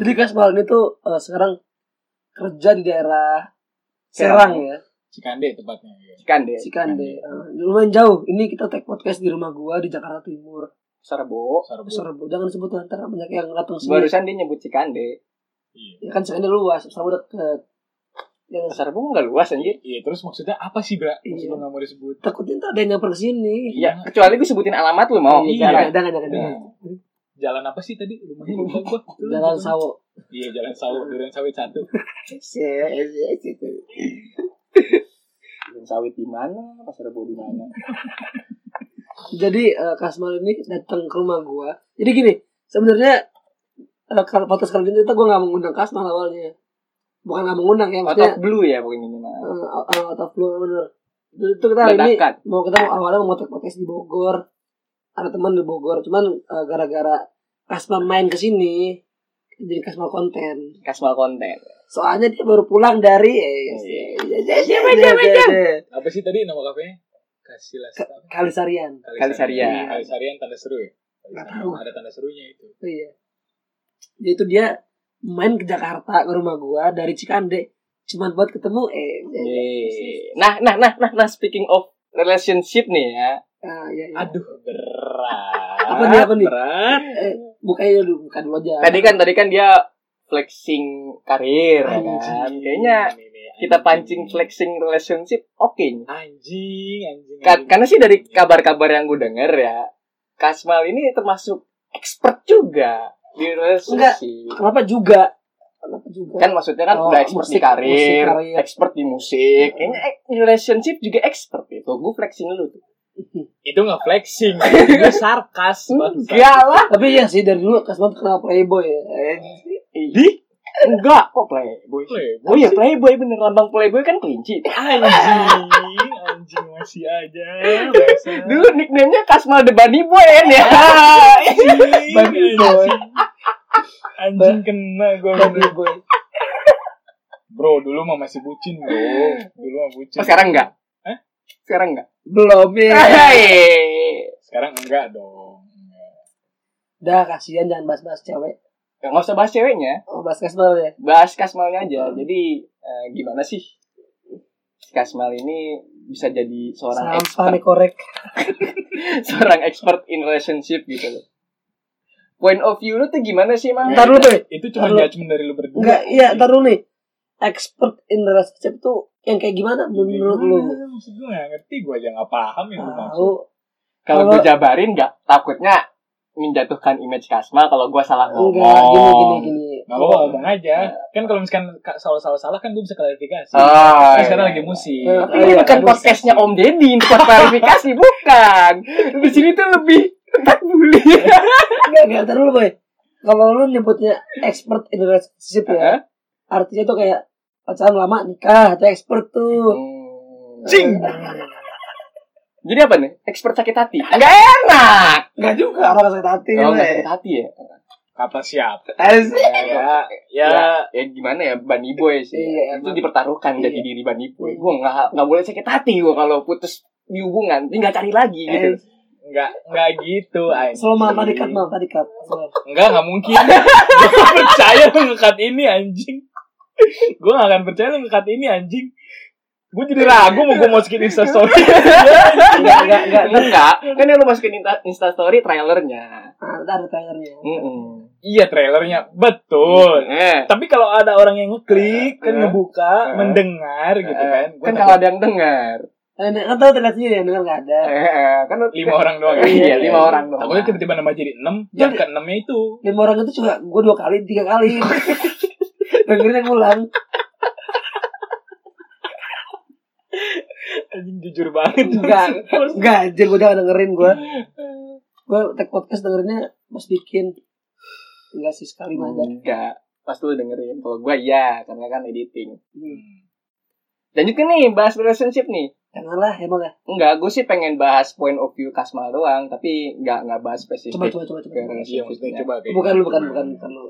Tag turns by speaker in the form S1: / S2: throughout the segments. S1: Jadi Kas Balni tuh eh, sekarang kerja di daerah Serang ya,
S2: Cikande tepatnya. ya.
S3: Cikande,
S1: Cikande. Eh, lumayan jauh. Ini kita take podcast di rumah gua di Jakarta Timur.
S3: Serbo.
S2: Sarbo.
S1: Serbu. Jangan sebut ntar banyak yang datang sini.
S3: Barusan dia nyebut Cikande.
S1: Ya
S2: Iya.
S1: kan Cikande luas, Serbu deket. Yang
S3: Serbo nggak luas anjir.
S2: Iya, terus maksudnya apa sih, Bra? Maksud
S1: Iya.
S2: lu nggak mau disebut?
S1: takutnya ntar ada yang nyamper ke sini.
S3: Ya, kecuali gue sebutin alamat lu mau.
S2: Iya.
S3: Sekarang.
S1: Jangan, jangan, jangan.
S2: Nah, Jalan apa sih tadi? Rumahnya lupa gua.
S1: Jalan Sawo.
S2: Iya, Jalan Sawo, Duren Sawit 1.
S3: Kebun sawit di mana? Pasar Rebo di mana?
S1: Jadi eh, Kasmal ini datang ke rumah gua. Jadi gini, sebenarnya eh, kalau podcast kali ini tuh gua nggak mengundang Kasmal awalnya. Bukan nggak mengundang ya,
S3: Out
S1: maksudnya
S3: of blue ya pokoknya ini mah.
S1: eh, out eh, out of blue bener. Jadi itu kita hari Nah, ini
S3: Dadakan.
S1: mau kita awalnya mau take podcast di Bogor. Ada teman di Bogor, cuman eh, gara-gara Kasmal main ke sini jadi Kasmal konten.
S3: Kasmal konten.
S1: Soalnya dia baru pulang dari eh,
S3: Iya.
S2: Apa sih tadi nama kafenya? Kasih lah.
S1: Kalisarian.
S3: Kalisarian.
S2: Iya, Kalisarian tanda seru ya?
S1: Nggak
S2: Kalisarian.
S1: tahu.
S2: Ada tanda serunya itu.
S1: Iya. Jadi itu dia main ke Jakarta ke rumah gua dari Cikande cuman buat ketemu eh
S3: Iya.
S1: eh,
S3: Yeay. Nah, nah, nah, nah, nah, speaking of relationship nih ya.
S1: ah, ya, ya.
S2: Aduh, berat.
S1: Apa nih, apa nih?
S2: Berat.
S1: eh bukannya dulu bukan dulu aja
S3: Tadi kan tadi kan dia flexing karir ya kan.
S2: Anjing.
S3: Kayaknya
S2: Ini nih,
S3: kita
S2: anjing.
S3: pancing flexing relationship oke. nih.
S2: Anjing, anjing.
S3: Ka-
S2: anjing.
S3: karena sih dari kabar-kabar yang gue denger ya, Kasmal ini termasuk expert juga di relationship.
S1: kenapa juga kenapa juga
S3: Kan maksudnya kan
S1: Oh,
S3: udah expert
S1: musik-
S3: di karir,
S1: musik karir.
S3: expert di musik. Ini eh, relationship juga expert itu. Gue flexing dulu tuh.
S2: itu nggak flexing, itu sarkas. bangsa.
S3: Enggak lah.
S1: tapi ya sih dari dulu Kasman tuh kenal playboy ya Eh,
S3: Di? Enggak Iya. kok playboy.
S2: Playboy
S3: Oh iya playboy bener lambang playboy kan kelinci.
S2: Anjing, anjing masih aja. bangsa.
S3: Dulu nickname-nya Kasmal the Bunny Boy kan ya.
S2: Anjing,
S1: Bunny boy.
S2: anjing. Anjing kena gue
S1: playboy
S2: Bro, dulu mah masih bucin bro. Dulu mah bucin.
S3: Oh, sekarang enggak?
S2: Hah?
S3: Sekarang enggak?
S1: belum
S3: Iya.
S1: ya
S3: Hei.
S2: Sekarang enggak dong.
S1: udah kasihan jangan bahas-bahas cewek
S3: Enggak usah bahas ceweknya,
S1: oh, bahas Kasman ya
S3: bahas Kasmalnya aja. Jadi eh, gimana sih si Kasmal ini bisa jadi seorang
S1: sampah nih
S3: expert,
S1: korek
S3: seorang expert in relationship gitu loh. Point of view lu tuh gimana sih, Mang?
S1: Ntar dulu, Boy.
S2: Itu
S1: Ntar
S2: cuma
S1: dulu.
S2: judgement dari lu berdua.
S1: enggak iya ntar dulu nih expert in relationship tuh yang kayak gimana menurut lu
S2: Iya, Gimana? Maksud gue nggak ngerti, gue aja nggak paham yang lu maksud.
S1: tahu
S3: Kalau
S1: Kalau-
S3: gue jabarin nggak takutnya menjatuhkan image Kasmal kalau gue salah ngomong.
S1: enggak gini gini
S3: oh.
S1: gini Oh,
S2: Gak apa-apa ngomong aja. Kan kalau misalkan salah-salah kan gue bisa klarifikasi.
S3: Ah,
S2: Kan sekarang
S3: iya.
S2: lagi kan musik.
S1: Eh,
S3: Tapi ini bukan podcastnya Om Deddy ini buat klarifikasi bukan. Di sini tuh lebih tempat bully.
S1: Iya. Enggak, enggak, ntar dulu, Boy. Kalau lu nyebutnya expert in relationship
S3: Eh?
S1: ya, artinya tuh kayak pacaran lama nikah, itu expert tuh.
S3: Cing. Hmm. Jadi apa nih? Expert sakit hati.
S1: Iya.
S3: Enggak enak.
S1: Enggak juga orang sakit hati,
S3: Kalau
S1: Boy.
S3: nggak sakit hati ya.
S2: Kata siapa?
S1: Asik.
S2: Ya,
S3: Ya,
S2: ya,
S3: ya gimana ya Bunny Boy sih.
S1: Iya,
S3: itu
S1: emang.
S3: dipertaruhkan
S1: Iya.
S3: jadi diri Bunny Boy. Gue nggak nggak boleh sakit hati gue kalau putus di hubungan tinggal cari lagi gitu.
S2: nggak nggak gitu anjing.
S1: Selalu malam tadi cut, malam tadi kan. cut.
S2: Enggak, nggak mungkin. gue gak percaya lu ngekat ini anjing. Gue gak akan percaya lu ngekat ini anjing. Gue jadi ragu mau gue masukin instastory.
S3: Enggak, enggak, enggak, enggak. Kan yang lu masukin Insta- instastory trailernya.
S1: Nah, ntar ada trailernya.
S3: Mm-mm.
S2: iya trailernya betul.
S3: Eh.
S2: Tapi kalau ada orang yang ngeklik, kan
S3: Eh.
S2: ngebuka,
S3: Eh.
S2: mendengar gitu kan.
S3: Eh,
S2: Gua
S3: Kan
S2: takut
S3: kalau ada yang dengar.
S1: Eh, Kan tahu trailer sendiri ya, dengar enggak ada.
S3: Eh, eh, kan lu-
S2: lima orang doang. ya.
S3: Iya, lima orang doang.
S2: Takutnya tiba-tiba nambah jadi enam, yang
S1: Iya.
S2: ke enamnya itu.
S1: Lima orang itu juga gue dua kali, tiga kali. Dengerin yang ulang.
S2: Anjing jujur banget.
S1: Enggak. Enggak, anjir gue jangan dengerin gue. Gue tag podcast dengerinnya pas bikin. Enggak sih sekali mah ada.
S3: Enggak. Pas lu dengerin. Kalau gua iya, karena kan editing.
S2: Hmm.
S3: Lanjut ke nih bahas relationship nih.
S1: Janganlah, emang ya.
S3: Enggak, gue sih pengen bahas point of view Kasmal doang, tapi enggak enggak bahas spesifik.
S1: Coba, coba, coba, coba.
S2: Iya, maksudnya
S3: relationship-nya.
S2: coba kayak
S1: Bukan lu, bukan, bukan, bukan lu.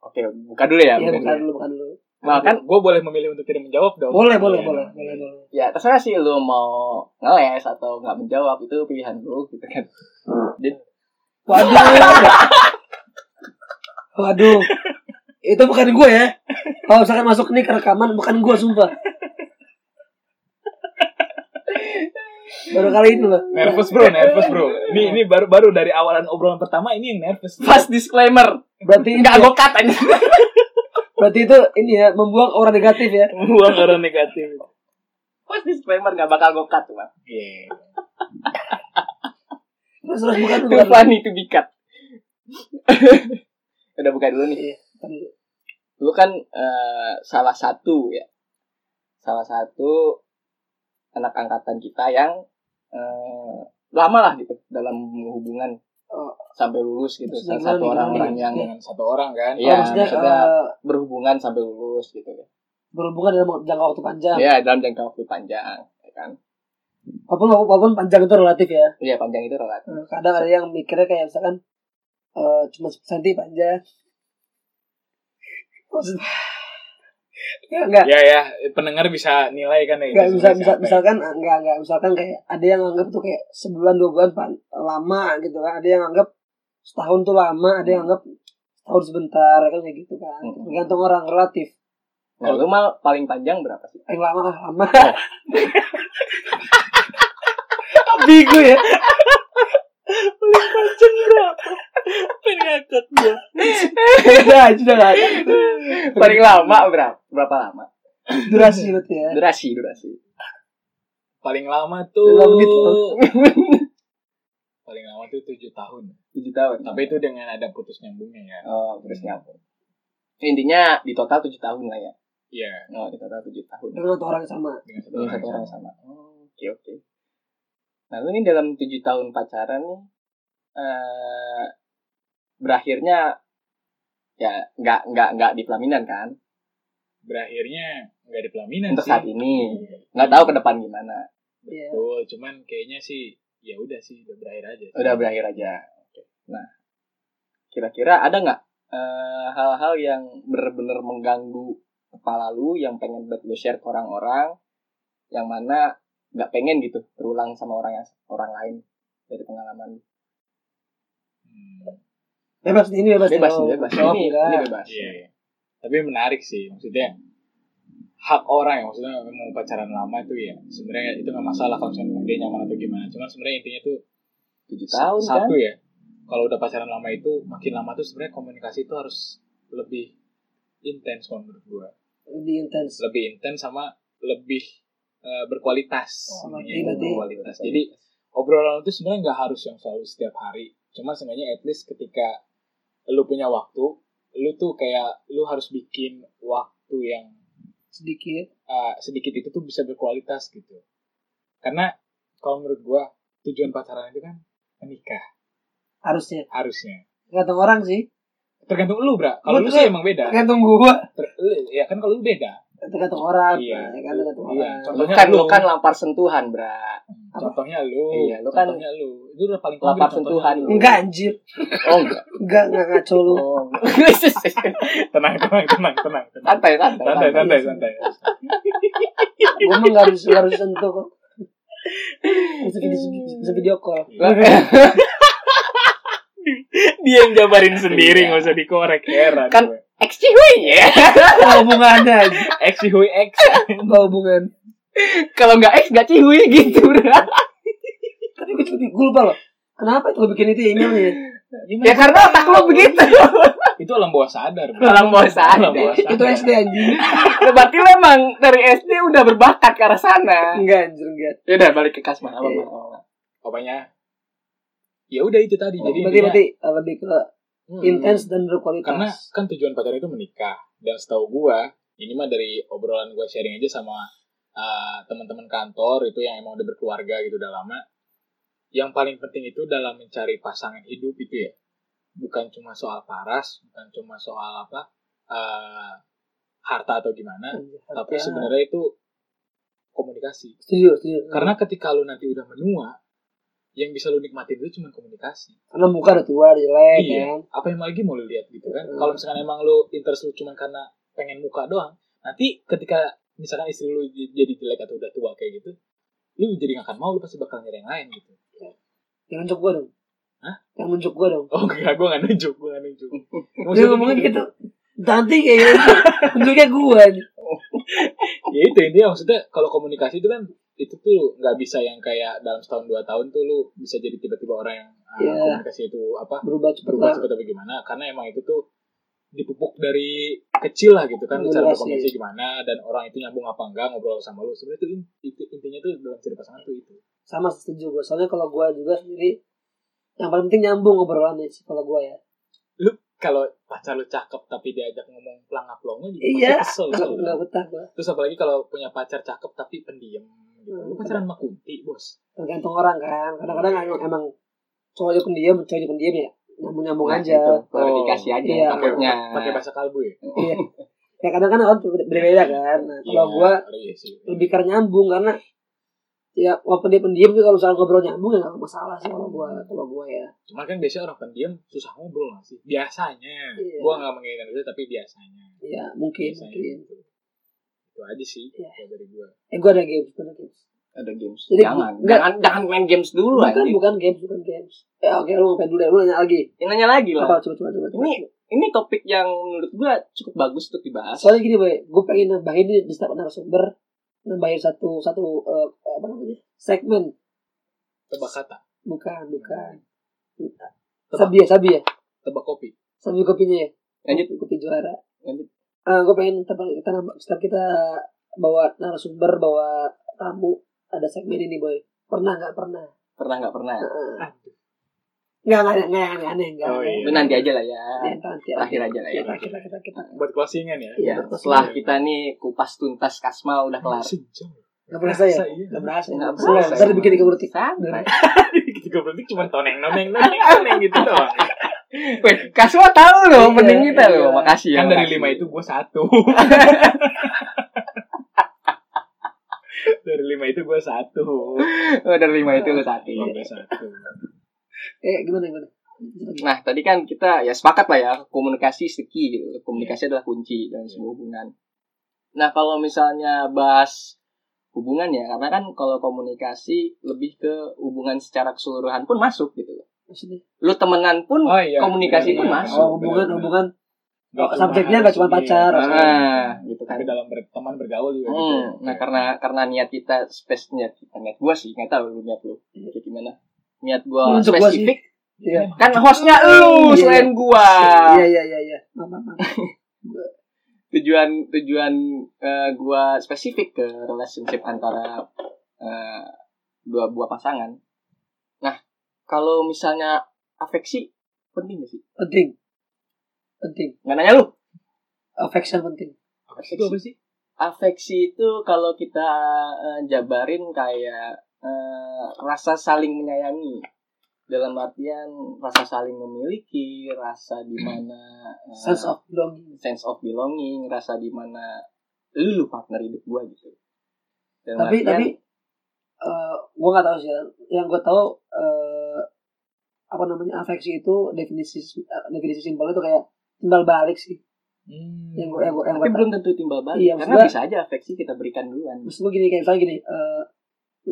S3: Oke, buka dulu ya.
S1: Iya,
S3: buka
S1: bukan
S3: dulu.
S1: lu, bukan lu.
S3: Nah, kan
S2: gue boleh memilih untuk tidak menjawab dong.
S1: Boleh, boleh,
S2: Iya.
S1: boleh, boleh, boleh.
S3: ya terserah sih lu mau ngeles atau nggak menjawab itu pilihan lu gitu kan.
S1: Waduh. Waduh. itu bukan gue ya kalau misalkan masuk nih ke rekaman bukan gue sumpah baru kali ini loh
S2: Nervous bro, nervous bro. Ini ini baru baru dari awalan obrolan pertama ini yang nervous.
S3: Fast disclaimer.
S1: berarti ini
S3: Enggak
S1: ya,
S3: gue cut aja.
S1: berarti itu ini ya membuang orang negatif ya
S2: Buang orang negatif.
S3: Fast disclaimer enggak bakal gue cut, Bang.
S2: Yeah.
S1: terus terus bukan
S3: Too
S1: bukan
S3: funny to be cut. Udah buka dulu nih. Lu kan eh, salah satu ya. Salah satu anak angkatan kita yang eh, lama lah gitu dalam hubungan
S1: Oh.
S3: sampai lulus gitu.
S1: Maksudnya
S3: Salah satu
S1: gimana nih,
S3: orang-orang
S1: gimana
S3: yang
S1: nih?
S2: Dengan satu orang kan.
S1: Oh,
S3: Iya,
S1: maksudnya
S3: maksudnya
S1: eh,
S3: berhubungan sampai lulus gitu ya.
S1: berhubungan dalam jangka waktu panjang
S3: Ya, dalam jangka waktu panjang, ya kan.
S1: walaupun walaupun panjang itu relatif ya
S3: Iya, panjang itu relatif.
S1: Eh, kadang ada yang mikirnya kayak misalkan eh cuma 10 cm panjang maksudnya ya, enggak
S2: Ya ya, pendengar bisa nilai kan ya.
S1: enggak
S2: itu
S1: bisa,
S2: sebenarnya
S1: bisa
S2: siapa ya.
S1: misalkan enggak enggak misalkan kayak ada yang anggap tuh kayak sebulan dua bulan pan- lama gitu kan ada yang anggap setahun tuh lama ada
S2: Hmm.
S1: yang anggap setahun sebentar kan kayak gitu kan
S3: Hmm.
S1: tergantung orang relatif
S3: Nah, lu mal paling panjang berapa sih?
S1: yang lama lah lama
S3: Oh.
S2: Oh.
S1: bigu ya
S2: Pengangkat gua.
S1: sudah sudah nggak ada.
S3: Paling lama berapa? Berapa lama?
S1: durasi berarti ya
S3: Durasi, durasi.
S2: Paling lama
S1: Lima menit,
S2: tuh paling lama tuh tujuh tahun.
S3: 7 tahun.
S2: Tapi itu dengan ada putus nyambungnya ya.
S3: oh, terus nyambung. Intinya di total 7 tahun lah ya.
S2: Iya,
S3: Oh, di total 7 tahun.
S1: dengan satu orang yang sama
S2: dengan satu
S3: Ini
S2: orang.
S3: Iya, satu orang sama. Oh, oke oke. Nah, lu ini dalam 7 tahun pacaran nih eh berakhirnya ya nggak nggak nggak di pelaminan kan
S2: Berakhirnya nggak di pelaminan
S3: untuk
S2: sih.
S3: saat
S2: Hmm.
S3: ini nggak tahu ke depan gimana
S1: Iya.
S2: Betul, cuman kayaknya sih ya udah sih udah berakhir aja. sih.
S3: udah berakhir aja. Oke. Nah, kira-kira ada nggak eh, hal-hal yang benar-benar mengganggu kepala lu yang pengen buat lu share ke orang-orang yang mana nggak pengen gitu terulang sama orang yang- orang lain dari pengalaman lu?
S2: Hmm,
S1: bebas nih, ini bebas
S3: bebas
S1: nih.
S3: nih, bebas
S1: Oh,
S3: ini,
S1: enggak.
S3: ini bebas
S2: Iya. iya. Tapi menarik sih maksudnya hak orang ya maksudnya memang pacaran lama itu ya sebenarnya itu nggak masalah kalau misalnya dia nyaman atau gimana cuman sebenarnya intinya tuh
S3: tujuh tahun kan
S2: satu ya kalau udah pacaran lama itu makin lama tuh sebenarnya komunikasi itu harus lebih intens kalau menurut gua
S1: lebih intens
S2: lebih intens sama lebih eh, berkualitas
S1: Oh,
S2: Intinya
S1: berarti-
S2: itu
S1: berarti-
S2: berkualitas jadi obrolan itu sebenarnya nggak harus yang selalu setiap hari cuma sebenarnya at least ketika lu punya waktu lu tuh kayak lu harus bikin waktu yang
S1: sedikit
S2: eh, sedikit itu tuh bisa berkualitas gitu karena kalau menurut gua tujuan pacaran itu kan menikah
S1: harusnya
S2: harusnya
S1: tergantung orang sih
S2: tergantung lu bra kalau
S1: Lu
S2: lu
S1: tuh-
S2: sih emang beda
S1: tergantung gua
S2: Ter- lu- ya kan kalau lu beda
S1: tergantung orang
S2: Iya.
S1: ya kan tergantung
S2: Iya.
S1: orang
S2: Contoh-
S3: lu kan lu kan lapar sentuhan bra
S2: contohnya lu
S3: Iya, lu kan-
S2: contohnya lu itu udah paling
S3: Lapar
S2: konkret,
S3: sentuhan.
S2: contohnya lu.
S1: enggak anjir
S3: oh enggak
S1: enggak enggak ngaco lu
S3: oh
S2: tenang tenang tenang tenang tenang
S3: santai iya. santai
S2: santai
S3: santai.
S2: santai santai
S1: gua mah enggak harus enggak harus sentuh kok bisa video,
S2: Hmm.
S1: bisa video call
S2: dia yang jabarin sendiri
S3: Iya.
S2: nggak usah dikorek heran
S3: Kan-
S2: gue.
S3: Excihuy ya
S1: apa hubungannya anjir?
S2: X hui X
S1: apa hubungan
S3: kalau nggak X nggak cihuy gitu bra
S1: tapi gue juga gue lupa loh kenapa itu gue bikin itu ya emailnya
S3: ya karena otak lu begitu
S2: itu alam bawah sadar bro.
S3: Alam bawah sadar.
S2: Alam bawah sadar.
S1: itu SD anjir
S3: Ya, berarti lo emang dari SD udah berbakat ke arah sana.
S1: enggak anjir enggak
S3: Ya udah balik ke Kasma. Apa,
S1: Iya.
S3: apa, apa.
S2: Oh. pokoknya ya udah itu tadi jadi
S1: berarti
S2: intinya,
S1: berarti uh, lebih ke
S2: hmm,
S1: intens dan berkualitas
S2: karena kan tujuan pacaran itu menikah dan setahu gua ini mah dari obrolan gua sharing aja sama uh, teman-teman kantor itu yang emang udah berkeluarga gitu udah lama yang paling penting itu dalam mencari pasangan hidup itu ya bukan cuma soal paras bukan cuma soal apa uh, harta atau gimana
S1: Anjir,
S2: tapi
S1: harta.
S2: sebenarnya itu komunikasi
S1: Ah, setuju setuju
S2: karena ketika lu nanti udah menua yang bisa lu nikmatin itu cuma komunikasi
S1: karena muka udah tua udah jelek
S2: Iya.
S1: kan
S2: apa yang lagi mau lu lihat gitu kan
S1: Hmm.
S2: kalau misalkan emang lu interest lu cuma karena pengen muka doang nanti ketika misalkan istri lu j- jadi jelek atau udah tua kayak gitu lu jadi gak akan mau lu pasti bakal nyari yang lain gitu
S1: Jangan nunjuk gua dong.
S2: Hah?
S1: Jangan nunjuk gua dong.
S2: oh enggak gue gak nunjuk gue gak nunjuk
S1: Dia
S2: Maksudnya
S1: ngomongnya
S2: gini,
S1: gitu. nanti kayak gitu bentuknya gue nih.
S2: ya itu intinya maksudnya kalau komunikasi itu kan itu tuh nggak bisa yang kayak dalam setahun dua tahun tuh lu bisa jadi tiba-tiba orang yang ah,
S1: Iya.
S2: komunikasi itu apa
S1: berubah cepat
S2: berubah
S1: lah
S2: seperti apa gimana karena emang itu tuh dipupuk dari kecil lah gitu kan lu cara
S1: Generasi.
S2: berkomunikasi gimana dan orang itu nyambung apa enggak ngobrol sama lu sebenarnya tuh in- itu- intinya tuh dalam cerita pasangan tuh itu
S1: sama setuju gue soalnya kalau gue juga sendiri yang paling penting nyambung ngobrolannya sih kalau gue ya
S2: kalau pacar lu cakep tapi diajak ngomong pelangap longo juga
S1: Iya.
S2: pasti kesel
S1: kalau
S2: tau
S1: nggak
S2: gak?
S1: betah gue
S2: terus apalagi kalau punya pacar cakep tapi pendiam gitu lu pacaran sama kunti bos
S1: tergantung orang kan kadang-kadang emang, emang cowoknya pendiam cowoknya pendiam ya nyambung nyambung
S3: Nah,
S1: aja Oh,
S3: gitu. klarifikasi aja
S1: Iya.
S2: pakai
S3: takutnya
S2: pakai bahasa kalbu ya
S1: iya ya kadang kan orang berbeda kan nah, kalau
S2: Iya,
S1: gue
S2: iya sih.
S1: lebih karena nyambung karena ya walaupun dia pendiam tapi kalau misalnya ngobrol nyambung ya nggak masalah sih kalau gue kalau gue ya
S2: Cuman kan biasanya orang pendiam susah ngobrol gak sih? Biasanya.
S1: Iya.
S2: Gua nggak menggeneralisir tapi biasanya.
S1: ya mungkin
S2: Biasanya
S1: mungkin
S2: gitu. Itu aja sih
S1: Iya.
S2: kalau dari gua.
S1: eh gue ada games ada games
S3: ada games
S1: Jadi
S3: jangan
S1: bu-
S3: jangan jangan main games dulu
S1: bukan
S3: anjing.
S1: bukan games bukan games eh oke lu ngapain dulu ya lu nanya lagi
S3: Ini nanya lagi lah
S1: apa coba coba coba coba.
S3: Iya. ini ini topik yang menurut gua cukup bagus untuk dibahas
S1: soalnya gini boy gue pengen nambahin di, di setiap narasumber nambahin satu satu eh, apa namanya segmen
S2: Tebak kata,
S1: bukan bukan
S2: Tebak.
S1: sabi ya sabi ya
S2: tebak kopi.
S1: sabi kopinya ya
S3: Lanjut.
S1: kopi juara
S3: Lanjut.
S1: gue pengen tetap kita nambah setiap kita bawa narasumber bawa tamu ada segmen ini boy pernah nggak pernah
S3: pernah nggak pernah
S1: nggak nggak nggak nggak aneh nggak
S2: Oh,
S1: aneh.
S2: iya.
S3: itu nanti aja lah ya
S1: Ya, nanti
S3: terakhir aja lah ya
S1: kita kita kita kita
S2: Buat closingan ya.
S1: Iya.
S3: Ya, setelah kita nih kupas tuntas kasma udah kelar.
S2: Sejam.
S1: nggak berasa ya
S2: Iya.
S1: nggak berasa
S3: Nggak
S1: nggak berasa
S3: berasa.
S1: ntar dibikin tiga detik
S3: Santai.
S2: Tiga detik cuma toneng noneng noneng noneng gitu doang.
S3: Weh, kasma tahu loh
S1: Iya,
S3: mending kita
S1: iya.
S3: loh. Makasih ya.
S2: Kan dari
S3: makasih.
S2: lima itu gua satu. dari lima itu gua satu. Oh,
S3: Oh, dari lima itu lo tadi.
S1: iya.
S2: Gua satu.
S1: eh gimana gimana
S3: Nah, tadi kan kita ya sepakat lah ya komunikasi is the key gitu.
S1: Iya.
S3: Komunikasi adalah kunci dalam sebuah hubungan. Nah, kalau misalnya bahas hubungan ya, karena kan kalau komunikasi lebih ke hubungan secara keseluruhan pun masuk gitu loh.
S1: maksudnya
S3: Lu temenan pun
S2: Oh iya.
S3: Komunikasi
S1: pun
S3: masuk.
S1: oh, hubungan hubungan
S2: Nggak
S1: Oh,
S2: cuma
S1: subjeknya
S2: harus
S1: nggak cuma
S2: ini,
S1: pacar. Ah.
S2: harus
S3: Nah,
S2: ini.
S3: gitu kan.
S2: tapi dalam berteman bergaul juga gitu ya.
S3: Hmm, nah karena karena niat kita space niat kita niat gua sih nggak tahu lu niat lu kayak gimana niat gua
S1: Untuk Iya. gua sih.
S3: Oh, spesifik
S1: Iya.
S3: kan hostnya lu
S1: Iya.
S3: selain gua
S1: iya iya iya iya Maaf, maaf, maaf.
S3: tujuan tujuan eh, gua spesifik ke relationship antara eh, dua buah pasangan nah kalau misalnya afeksi penting gak sih
S1: penting penting
S3: nggak nanya lu
S1: affection penting
S2: itu apa sih
S3: afeksi itu kalau kita eh, jabarin kayak eh, rasa saling menyayangi dalam artian rasa saling memiliki rasa di mana eh,
S1: sense of belonging
S3: sense of belonging rasa di mana lu, lu partner hidup gua gitu Dalam
S1: tapi
S3: artian,
S1: tapi eh gue nggak tahu sih ya. yang gue tahu eh apa namanya afeksi itu definisi eh, definisi simpel itu kayak timbal balik sih
S2: Hmm.
S1: yang gue yang gue yang
S3: tapi
S1: gue tahu
S3: belum tentu timbal balik
S1: Iya,
S3: karena
S1: maksudnya-
S3: bisa aja afeksi kita berikan duluan
S1: maksud gue gini kayak misalnya gini eh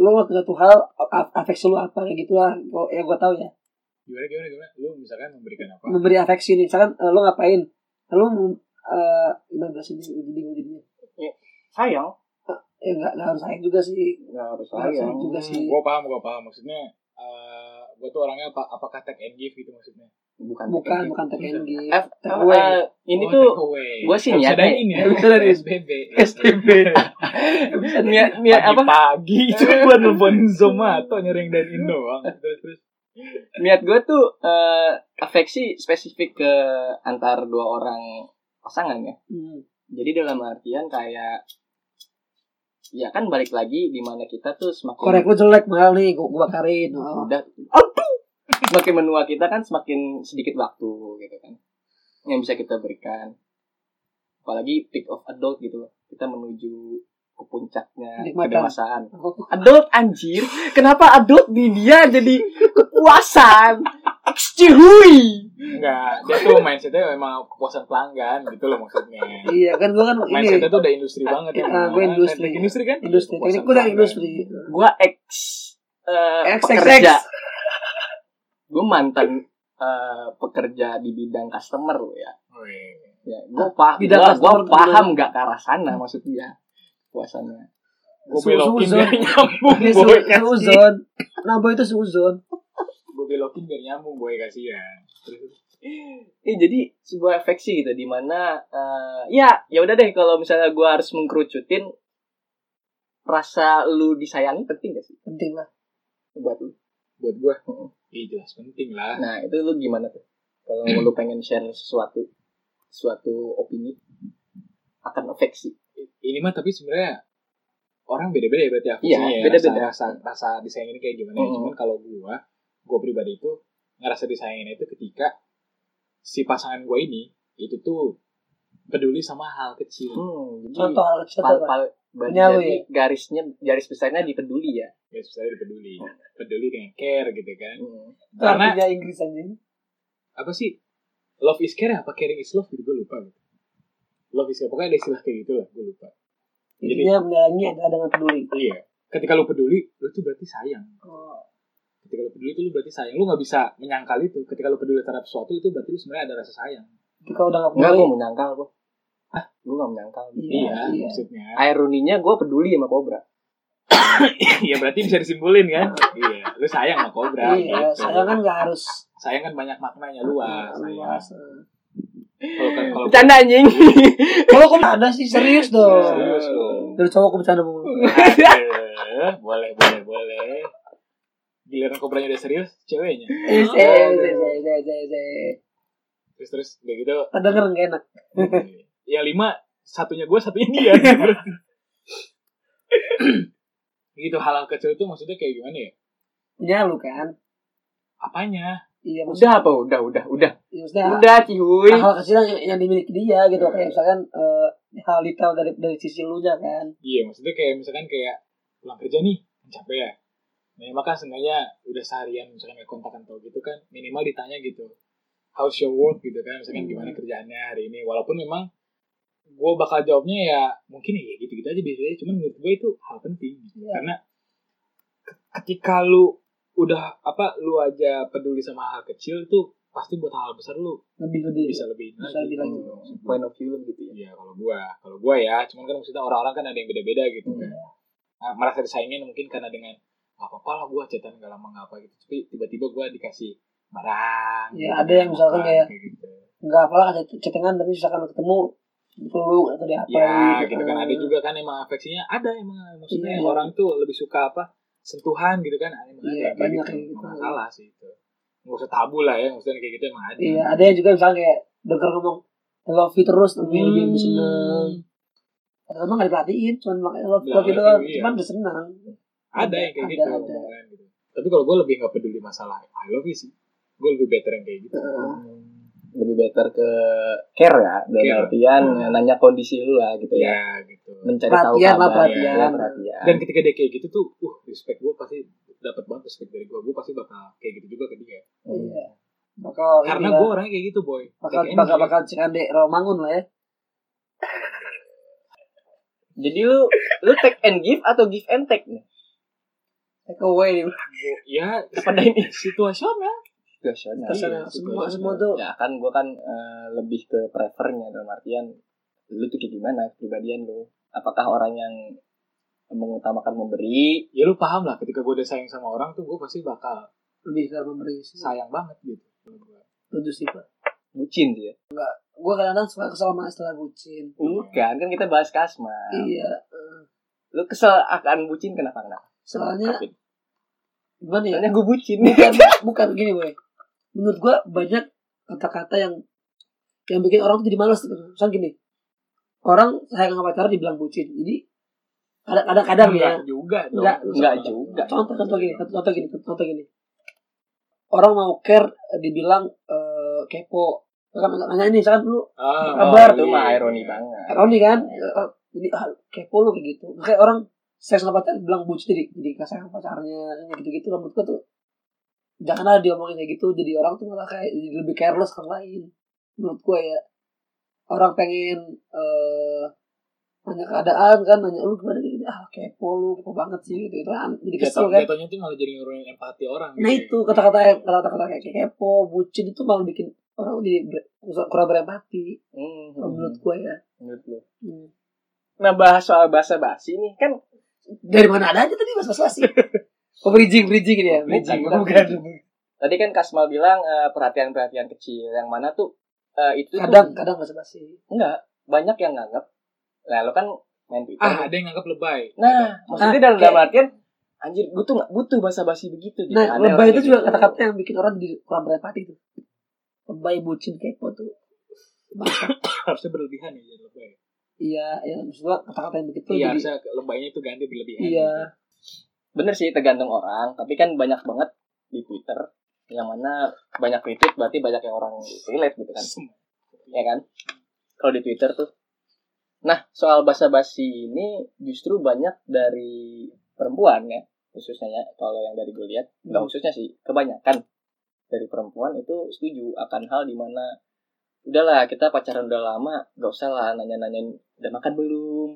S1: lo ngelakuin satu hal a- afeksi lu apa kayak gitulah Gua- yang gue tahu ya
S2: gimana gimana gimana lu misalkan memberikan apa
S1: memberi afeksi nih misalkan eh, lo ngapain lo eh gimana bahasa ini bingung jadinya
S3: sayang
S1: ya nggak nggak harus sayang juga sih
S3: nggak harus
S1: Nggak harus
S3: sayang
S1: sayang juga sih
S2: gue Hmm, paham gue paham maksudnya eh gue tuh orangnya apa apakah take and give gitu maksudnya
S3: bukan
S1: bukan bukan tekan gitu
S3: F,
S1: Take away.
S3: eh, ini
S2: Oh,
S3: tuh
S2: take away.
S3: gua sih
S2: Episode
S3: niatnya-
S2: ini ya
S1: Episode ini.
S2: SBB
S1: SBB.
S3: niat niat Ya, apa
S2: pagi coba nelfonin Zomato nyering dan Indo doang terus terus
S3: niat gue tuh eh, afeksi spesifik ke antar dua orang pasangan ya
S1: Hmm.
S3: jadi dalam artian kayak ya kan balik lagi di mana kita tuh semakin
S1: korek lu jelek mahal nih gue bakarin oh.
S3: udah aduh semakin menua kita kan semakin sedikit waktu gitu kan yang bisa kita berikan apalagi peak of adult gitu loh kita menuju ke puncaknya
S1: Kenikmatan.
S3: kedewasaan
S1: Aku-
S3: adult anjir kenapa adult di dia jadi kepuasan Excihui.
S2: enggak dia tuh mindsetnya memang kepuasan pelanggan gitu loh maksudnya
S1: iya kan gue kan ini
S2: mindsetnya tuh udah industri banget ya
S1: Ah, gua industri.
S2: Teknik industri kan
S1: industri teknik gue dari industri
S3: Gua ex
S1: Ex,
S3: eh,
S1: ex,
S3: pekerja.
S1: ex.
S2: Oh, iya.
S3: Gua mantan eh, pekerja di bidang customer loh ya. ya gue paham
S1: Bidang
S3: gua, gua
S1: customer
S3: paham nggak ke arah sana maksud dia puasannya
S2: Gue belokin biar nyambung
S1: Dia
S2: boy
S1: su-
S2: kasih.
S1: suzon. Nabo Nah, itu suzon.
S2: Gue belokin biar nyambung ya boy kasihan. Terus
S3: eh jadi sebuah efek sih gitu di mana eh, ya ya udah deh kalau misalnya gue harus mengkerucutin rasa lu disayangi penting gak sih
S1: Penting lah.
S3: buat lu
S2: buat gue, ih jelas penting lah.
S3: nah itu lu gimana tuh kalau lu pengen share sesuatu suatu opini akan efek sih
S2: Ini mah tapi sebenarnya orang beda-beda ya berarti asumsinya
S3: Iya,
S2: ya.
S3: beda-beda.
S2: Rasa, rasa, rasa disayangin kayak gimana. ya.
S3: Mm.
S2: Cuman kalau gue, gue pribadi itu ngerasa disayangin itu ketika si pasangan gue ini itu tuh peduli sama hal kecil.
S3: hmm, jadi
S1: Contoh hal kecil
S3: pal,
S1: apa?
S3: pal,
S1: Punya lu ya?
S3: jadi garisnya garis besarnya dipeduli ya
S2: Ya sebenarnya peduli, peduli dengan care gitu kan.
S3: Hmm.
S1: Itu
S2: Karena-
S1: artinya Inggris anjing.
S2: apa sih love is care apa caring is love gitu gue lupa gitu. love is care pokoknya ada istilah kayak gitu lah gue lupa Jadi-
S1: Intinya menyayangi adalah dengan peduli.
S2: iya ketika lu peduli lu tuh berarti sayang
S1: Oh,
S2: ketika lu peduli itu lu berarti sayang lu nggak bisa menyangkal itu ketika lu peduli terhadap sesuatu itu berarti lu sebenarnya ada rasa sayang
S1: Tapi kalau udah nggak
S3: Enggak,
S1: peduli,
S3: gue menyangkal kok. Ah, gue gak menyangkal.
S1: Iya, iya.
S2: maksudnya
S3: Ironinya gue peduli sama Cobra.
S2: iya berarti bisa disimpulin kan iya lu sayang sama kobra
S1: iya,
S2: gitu.
S1: sayang kan nggak harus
S2: sayang kan banyak maknanya luas sayang.
S1: luas.
S2: kalau kalau
S3: Bercanda anjing.
S1: Kalau kok nggak ada sih serius dong.
S2: serius dong
S1: Dari cowok ke bercanda mulu.
S2: Aduh, boleh boleh boleh giliran kobranya udah serius ceweknya
S1: Eh,
S3: Iya,
S1: eh, eh, eh, eh, eh.
S2: terus terus udah gitu
S1: Terdengar nggak enak.
S2: ya lima satunya gue satunya dia gitu hal-hal kecil itu maksudnya kayak gimana ya
S1: Punya lu kan?
S2: apanya
S1: Iya, maksudnya.
S3: udah apa? Udah, udah, udah.
S1: Ya, Nah, maksudnya
S3: Udah, cihuy.
S1: hal kecil yang, yang dimiliki dia gitu kayak misalkan eh, hal detail dari dari sisi lu nya kan
S2: iya maksudnya kayak misalkan kayak pulang kerja nih capek ya nah maka seenggaknya udah seharian misalkan nggak kontakan atau gitu kan minimal ditanya gitu how's your work gitu kan misalkan
S1: Hmm.
S2: gimana kerjaannya hari ini walaupun memang gue bakal jawabnya ya mungkin ya gitu-gitu aja biasanya cuman menurut gue itu hal penting
S1: Iya.
S2: karena ke- ketika lu udah apa lu aja peduli sama hal kecil tuh pasti buat hal besar lu
S1: lebih lebih
S2: bisa lebih
S1: Iya. Bisa
S2: lagi.
S1: lebih lagi.
S2: Hmm.
S3: Point of view lu gitu
S2: Iya
S3: ya.
S2: kalau gua, kalau gua ya, cuman kan maksudnya orang-orang kan ada yang beda-beda gitu
S1: Hmm.
S2: kan. Nah, merasa disaingin mungkin karena dengan gak apa-apa lah gua cetan gak lama gak apa gitu. Tapi tiba-tiba gua dikasih barang.
S1: Ya, ada yang misalkan
S2: apa,
S1: kayak-
S2: gitu.
S1: nggak apa ada cetengan tapi misalkan ketemu perlu atau di apa
S2: Ya, gitu kan ada juga kan emang afeksinya ada emang maksudnya
S1: Iya.
S2: orang tuh lebih suka apa sentuhan gitu kan
S1: Iya,
S2: emang ada yang kayak
S1: banyak yang
S2: gitu.
S1: gitu.
S2: Nggak Masalah sih itu. Nggak usah tabu lah ya, maksudnya kayak gitu emang ada.
S1: iya ada yang juga misalkan kayak denger ngomong I love you terus lebih lebih lebih seneng
S2: Hmm,
S1: atau emang nggak diperhatiin cuman makanya love
S2: Nggak,
S1: love itu
S2: nggak sih, iya.
S1: cuman udah seneng
S2: ada yang kayak
S1: Ada,
S2: gitu,
S1: ada.
S2: kan, gitu. Tapi kalau gua lebih gak peduli masalah I love you sih. Gue lebih better yang kayak gitu.
S3: Lebih better ke care ya. Dan
S2: Care.
S3: artian
S1: Hmm.
S3: nanya kondisi lu lah gitu
S1: Iya.
S3: ya.
S2: ya gitu
S3: Mencari
S1: Perhatian
S3: tahu
S1: lah,
S3: kabar.
S1: perhatian.
S3: Ya, perhatian.
S1: Iya.
S2: dan ketika dia kayak gitu tuh uh respect gue pasti dapat banget respect dari gue gue pasti bakal kayak gitu juga ke dia
S3: Hmm.
S1: iya bakal
S2: karena
S1: inilah,
S2: gue orangnya kayak gitu boy
S1: bakal
S2: Take
S1: bakal
S2: energy.
S1: bakal cikande romangun lah ya
S3: Jadi lu lu take and give atau give and take nih?
S1: take away nih
S2: Gua- ya
S3: Pada ini
S2: situasional
S3: situasional.
S1: Terserah,
S2: Iya,
S1: semua
S2: situasi.
S1: semua tuh
S3: ya kan gue kan eh, lebih ke prefernya dalam artian lu tuh kayak gimana kepribadian lu apakah orang yang mengutamakan memberi
S2: ya lu paham lah ketika gue udah sayang sama orang tuh gue pasti bakal
S1: lebih ke memberi
S2: sayang banget gitu
S1: tujuh sih pak
S3: bucin sih ya
S1: gue kadang-kadang suka kesel sama istilah bucin
S3: bukan kan kita bahas kasma
S1: iya eh,
S3: lu kesel akan bucin kenapa kenapa
S1: soalnya
S3: Kenapa?
S1: gimana ya
S3: soalnya gue bucin
S1: bukan bukan gini boy menurut gua banyak kata-kata yang yang bikin orang tuh jadi malas gitu. misal gini orang sayang sama pacarnya dibilang bucin jadi ada ada kadang ya
S2: Enggak juga dong
S1: Enggak,
S3: enggak juga.
S1: contoh contoh gini contoh gini contoh gini orang mau care eh, dibilang eh, kepo kan nanya ini misalkan lu
S2: Ah,
S1: Kabar
S3: Oh, itu
S2: iya.
S3: mah ironi banget
S1: ironi kan Eh, jadi ah, kepo lu kayak gitu kayak orang sayang sama pacar bilang bucin jadi jadi nggak sayang sama pacarnya gitu gitu menurut gua tuh janganlah diomongin kayak gitu jadi orang tuh malah kayak jadi lebih careless ke orang lain menurut gua ya orang pengen eh nanya keadaan kan nanya lu gimana gini ah kepo lu kepo banget sih gitu gitu kan jadi kesel
S2: Jatuh-
S1: kan
S2: jatuhnya tuh malah jadi ngeruin empati orang
S1: nah itu
S2: gitu.
S1: kata-kata kata-kata kayak kepo bucin itu malah bikin orang jadi ber- kurang berempati
S3: Hmm,
S1: kalau menurut gue ya
S3: menurut lu.
S1: Hmm.
S3: Nah, bahas soal bahasa basi nih kan
S1: dari mana ada aja tadi mas mas sih oh bridging bridging ini ya bridging
S3: Bukan,
S1: bukan,
S3: bukan.
S1: bukan.
S3: tadi kan Kasmal bilang eh, perhatian-perhatian kecil yang mana tuh eh, itu tuh
S1: kadang kadang mas mas
S3: enggak banyak yang nganggap. Nah, lo kan main Twitter.
S2: Ah, ada yang nganggap lebay.
S3: Nah, maksudnya dalam,
S1: kayak-
S3: dalam artian anjir gue tuh nggak butuh basa-basi begitu gitu.
S1: nah
S3: Ada
S1: lebay
S3: orang
S1: itu
S3: kayak
S1: juga
S3: gitu.
S1: kata-kata yang bikin orang jadi kurang berempati tuh lebay bucin kepo tuh Bangsat.
S2: harusnya berlebihan ya jangan lebay.
S1: iya ya maksud gua kata-kata yang begitu
S2: Iya,
S1: jadi
S2: harusnya lebaynya itu ganti berlebihan.
S1: iya
S3: Bener sih tergantung orang, tapi kan banyak banget di Twitter yang mana banyak retweet berarti banyak yang orang relate gitu kan.
S2: Gitu.
S3: ya kan? Kalau di Twitter tuh. Nah, soal basa-basi ini justru banyak dari perempuan ya, khususnya ya, kalau yang dari gue lihat, nggak
S1: Hmm.
S3: khususnya sih, kebanyakan dari perempuan itu setuju akan hal dimana udahlah kita pacaran udah lama, gak usah lah nanya-nanyain udah makan belum,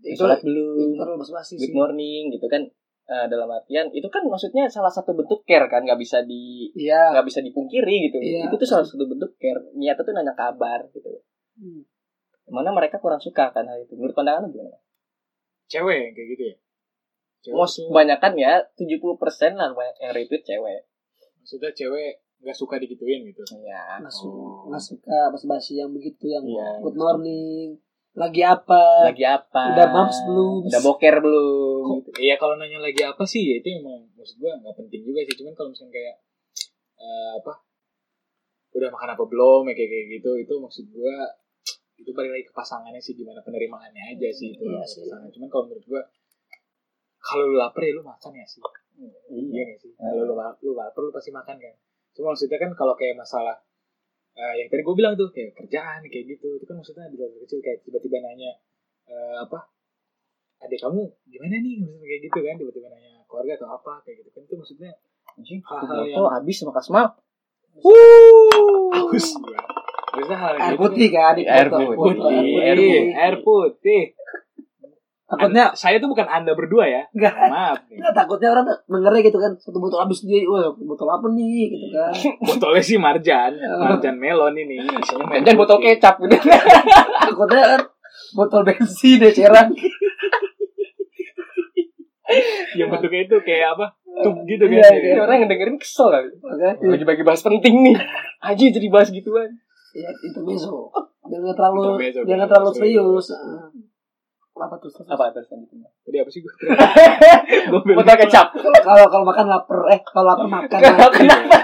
S3: udah
S1: itu
S3: sholat belum,
S1: terlalu mas mas sih
S3: good morning gitu kan. Eh, dalam artian itu kan maksudnya salah satu bentuk care kan, nggak bisa di
S1: iya
S3: nggak bisa dipungkiri gitu.
S1: Iya.
S3: Itu tuh salah satu bentuk care. Niatnya tuh nanya kabar gitu
S1: Hmm.
S3: mana mereka kurang suka kan hal itu menurut pandangan lu gimana?
S2: Cewek yang kayak gitu ya. Cewek
S3: Most
S2: tuh-
S3: kebanyakan ya 70% lah banyak yang retweet cewek.
S2: maksudnya cewek nggak suka digituin gitu.
S3: Iya.
S1: nggak suka
S2: Oh.
S1: nggak suka basa-basi yang begitu yang
S3: Iya.
S1: good morning lagi apa
S3: Lagi apa?
S1: Udah mams belum?
S3: Udah boker belum?
S1: Gitu.
S2: Kok- Iya kalau nanya lagi apa sih ya itu emang maksud gua nggak penting juga sih. Cuman kalau misalkan kayak eh, apa udah makan apa belum ya kayak kayak gitu itu maksud gua itu balik lagi ke pasangannya sih gimana penerimaannya aja sih itu
S1: Iya
S2: loh,
S1: sih.
S2: pasangan. Cuman kalau menurut gua kalau lu lapar ya lu makan ya sih. Iya gak sih? Kalau lu, la- lu lapar, lu pasti makan kan? Cuma maksudnya kan kalau kayak masalah eh, yang tadi gue bilang tuh kayak kerjaan kayak gitu itu kan maksudnya di luar kecil kayak tiba-tiba nanya eh, apa adik kamu gimana nih maksudnya kayak gitu kan tiba-tiba nanya keluarga atau apa kayak gitu kan itu maksudnya
S3: Anjing,
S2: Hal-hal
S3: foto
S2: yang-
S3: habis sama Kasmal.
S2: haus gua maksudnya hal
S1: air
S2: gitu
S1: putih kan
S3: Iya, air
S1: Itu-
S2: air
S3: putih,
S2: putih
S3: air
S2: air
S3: putih.
S2: putih air putih
S1: takutnya
S2: An- saya tuh bukan anda berdua ya
S1: Nggak.
S2: maaf nih
S1: nggak takutnya orang dengernya gitu kan satu botol habis dia wah botol apa nih gitu kan
S2: botolnya sih marjan marjan melon ini isinya air
S3: Dan botol
S2: putih.
S3: kecap gitu.
S1: takutnya kan botol bensin gitu deh cerang
S2: yang bentuknya itu kayak apa tub gitu kan
S1: Iya,
S2: ya.
S1: iya.
S3: Orang yang dengerin kesel kan.
S2: Oh, iya.
S1: makanya
S3: Bagi-bagi bahas penting nih. Aji jadi bahas gituan.
S1: ya itu meso jangan terlalu
S2: Intermezzo,
S1: jangan
S2: jangan
S1: terlalu
S2: terlalu
S1: serius Ah. apa tuh terus?
S3: Apa terus lanjutnya?
S2: Jadi apa sih gue?
S3: Botol kecap.
S1: kalau kalau makan lapar eh kalau lapar makan lah.
S3: Kenapa?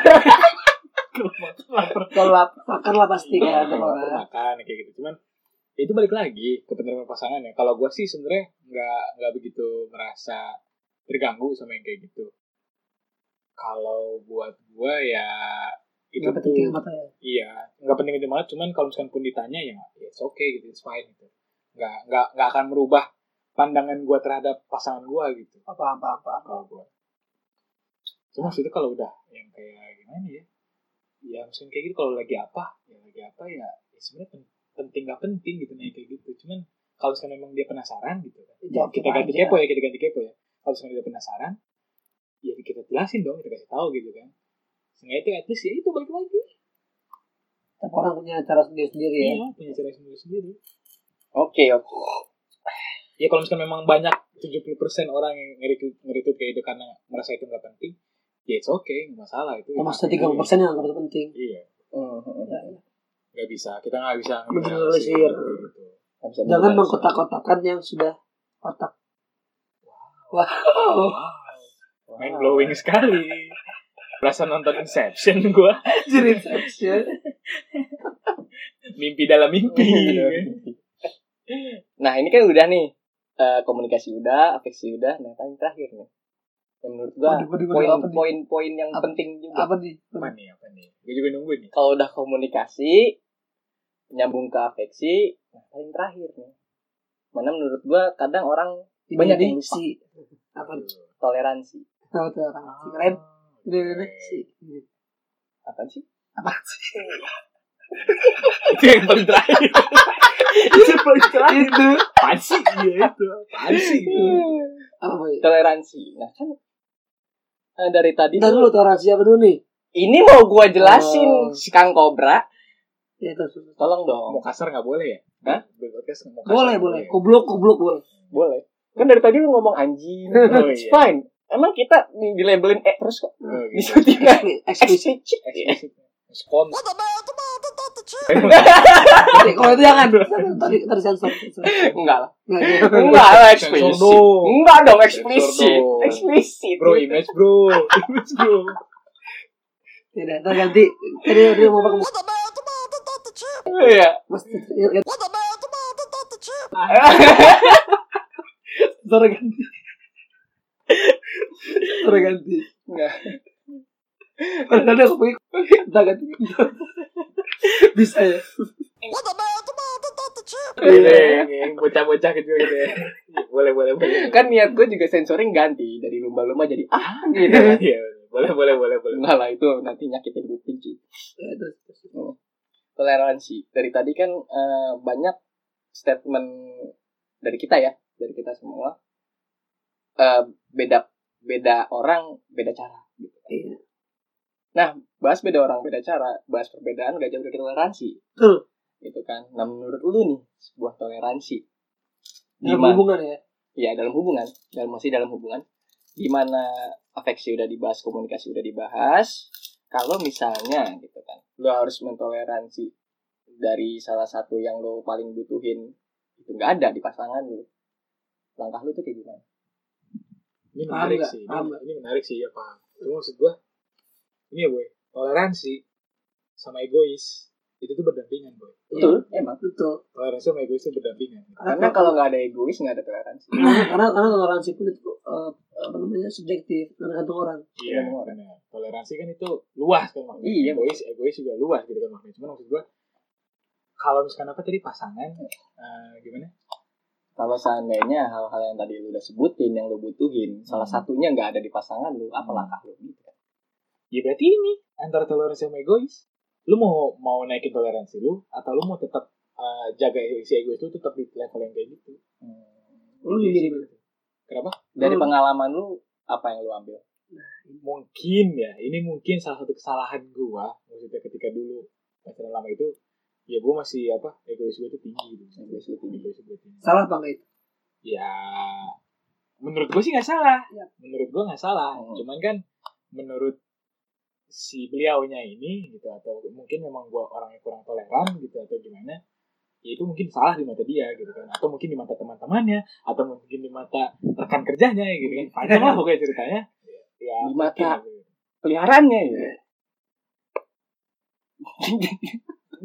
S2: Lapar.
S1: kalau lapar makan lah pasti kan
S2: Lapar
S1: orang
S2: makan kayak gitu. Cuman ya itu balik lagi ke penerimaan pasangan ya. Kalau gue sih sebenarnya nggak nggak begitu merasa terganggu sama yang kayak gitu. Kalau buat gue ya itu
S1: nggak
S2: tuh
S1: penting amat ya
S2: iya nggak penting penting banget. Cuman kalau misalkan pun ditanya ya it's okay gitu, it's fine gitu. Nggak nggak nggak akan merubah pandangan gue terhadap pasangan gue gitu.
S1: apa apa apa
S2: kalau gue cuma maksudnya kalau udah yang kayak gimana ya ya maksudnya kayak gitu kalau lagi apa ya lagi apa ya, ya sebenarnya pen- penting nggak penting gitu nih kayak gitu cuman kalau misalnya memang dia penasaran gitu kan
S1: Jawab
S2: kita
S1: kita
S2: ganti
S1: aja.
S2: kepo ya kita ganti kepo ya kalau misalnya dia penasaran ya kita jelasin dong kita kasih tahu gitu kan sehingga itu at least ya itu balik lagi
S1: Tapi orang punya cara sendiri sendiri ya
S2: iya punya cara sendiri sendiri
S3: Oke, oke.
S2: ya kalau misalnya memang banyak 70% orang yang ngeritut ngeritut kayak itu karena merasa itu nggak penting ya it's okay nggak masalah itu ya
S1: Nah, maksudnya tiga persen yang nggak begitu penting
S2: iya
S3: Hmm, hmm, hmm.
S2: nggak bisa kita nggak bisa
S1: Mengeneralisir.
S2: gitu.
S3: Nggak bisa
S1: jangan
S3: bener.
S1: mengkotak-kotakan yang sudah kotak wah
S2: main blowing sekali berasa nonton Inception gua
S1: jadi inception
S2: mimpi dalam mimpi Iya.
S3: Nah ini kan udah nih Eh, komunikasi udah, afeksi udah, nah paling terakhir nih. Yang menurut gua
S1: Waduh, waduh, waduh, apa nih?
S3: poin-poin yang
S1: Apa-
S3: penting juga.
S1: apa nih
S2: apa nih apa nih gue juga nungguin nih
S3: Kalau udah komunikasi, nyambung ke afeksi, nah paling terakhir nih. Mana menurut gua kadang orang Banyak yang
S1: ini
S3: lupa.
S1: si apa nih
S3: toleransi.
S1: tahu tuh orang
S3: Ah.
S1: si keren ini ini ini, si
S3: Apa sih?
S1: apa sih
S2: itu yang paling terakhir itu yang paling terakhir
S1: itu
S2: apaan sih iya itu apaan sih itu
S3: Iya.
S1: apa boy
S3: Toleransi. Nah kan eh, dari tadi
S1: Ntar
S3: tuh
S1: dulu toleransi apa dulu nih
S3: Ini mau gua jelasin
S1: Oh.
S3: si Kang Kobra.
S1: Ya, terus.
S3: Tolong dong.
S2: Mau kasar nggak boleh ya?
S3: Hah?
S2: Di podcast mau kasar
S1: Boleh,
S2: nggak
S1: boleh.
S3: ya?
S1: Kubluk, kubluk, boleh.
S3: Boleh. Kan dari tadi lu ngomong anjing.
S2: Oh,
S3: It's
S2: iya.
S3: fine. Emang kita di labelin eh terus kok
S2: Oh, gitu.
S3: disebutin kan?
S1: Eksklusif.
S2: Eksplisit. Skon.
S1: Kalau itu jangan. Tadi tadi sensor. sensor.
S3: Enggak lah.
S1: Nggak, nggak.
S3: Enggak lah
S2: Sensor
S3: eksplisit.
S2: dong.
S3: Enggak dong
S2: Sensor
S3: eksplisit.
S2: dong.
S3: Eksplisit.
S2: Bro, image bro. Image bro.
S1: Tidak, ntar ganti. Tadi tadi mau pakai
S3: Iya.
S1: mas. ya, ganti. Sensor ganti. Sensor ganti.
S3: Nggak.
S1: Kalau tadi aku pengen ntar ganti. Bisa ya. Iya.
S2: Gitu ya, yang Bocah-bocah kecil gitu ya. Boleh, boleh, boleh.
S3: kan niat gue juga sensoring ganti dari lumba-lumba jadi ah gitu kan.
S2: Iya, boleh, boleh, boleh, boleh.
S3: Enggak lah itu nanti nyakitin kuping sih.
S1: Ya, terus, terus.
S3: toleransi. Dari tadi kan eh, banyak statement dari kita ya, dari kita semua. Eh, beda beda orang, beda cara. gitu kan. Nah,
S1: Iya.
S3: Bahas beda orang, beda cara, bahas perbedaan gak jauh dari toleransi.
S1: Betul.
S3: Gitu kan. Nah, menurut lu nih sebuah toleransi di
S1: Dalam
S3: mana
S1: hubungan ya.
S3: ya dalam hubungan, dalam masih dalam hubungan di mana afeksi udah dibahas, komunikasi udah dibahas. Kalau misalnya gitu kan, lo harus mentoleransi dari salah satu yang lo paling butuhin itu nggak ada di pasangan lo. Langkah lo tuh kayak gimana?
S2: Ini
S1: Paham
S2: menarik
S1: nggak?
S2: sih. Ini,
S1: Paham
S2: ini menarik sih ya paham. Cuma maksud gua ini ya boy, toleransi sama egois itu tuh berdampingan boy.
S1: Betul.
S3: Emang.
S1: Betul.
S2: Toleransi sama egois itu berdampingan.
S3: Karena kalau nggak ada egois nggak ada toleransi.
S1: karena karena karena toleransi pun itu eh, apa namanya subjektif tergantung orang
S2: Iya.
S3: Iya.
S2: Karena toleransi kan itu luas kan maknanya.
S3: Iya.
S2: Egois, egois juga luas gitu kan maknanya. Cuma maksud gua kalau misalkan apa tadi pasangan eh, gimana?
S3: Kalau seandainya hal-hal yang tadi lo udah sebutin yang lo butuhin, salah satunya nggak ada di pasangan lo, apa langkah lo? Gitu.
S2: Ya berarti ini antara toleransi sama egois. Lu mau mau naikin toleransi lu atau lu mau tetap eh, jaga si egois lu tetap di level yang kayak gitu?
S1: lu lebih mana
S2: Kenapa?
S3: Dari
S1: Hmm.
S3: pengalaman lo, apa yang lo ambil?
S2: mungkin ya ini mungkin salah satu kesalahan gua maksudnya ketika dulu pacaran lama itu ya gua masih apa egois gua itu tinggi gitu egois gua tinggi egois gua tinggi
S1: salah apa enggak itu
S2: ya menurut gua sih nggak salah
S1: Ya.
S3: Iya.
S2: menurut gua nggak salah
S3: Hmm.
S2: cuman kan menurut si beliaunya ini gitu atau mungkin memang gua orangnya kurang toleran gitu atau gimana ya itu mungkin salah di mata dia gitu kan atau mungkin di mata teman-temannya atau mungkin di mata rekan kerjanya gitu kan panjang lah pokoknya ceritanya ya
S3: Iya. Di
S2: mungkin
S3: mata-
S2: gitu.
S3: peliharannya ya.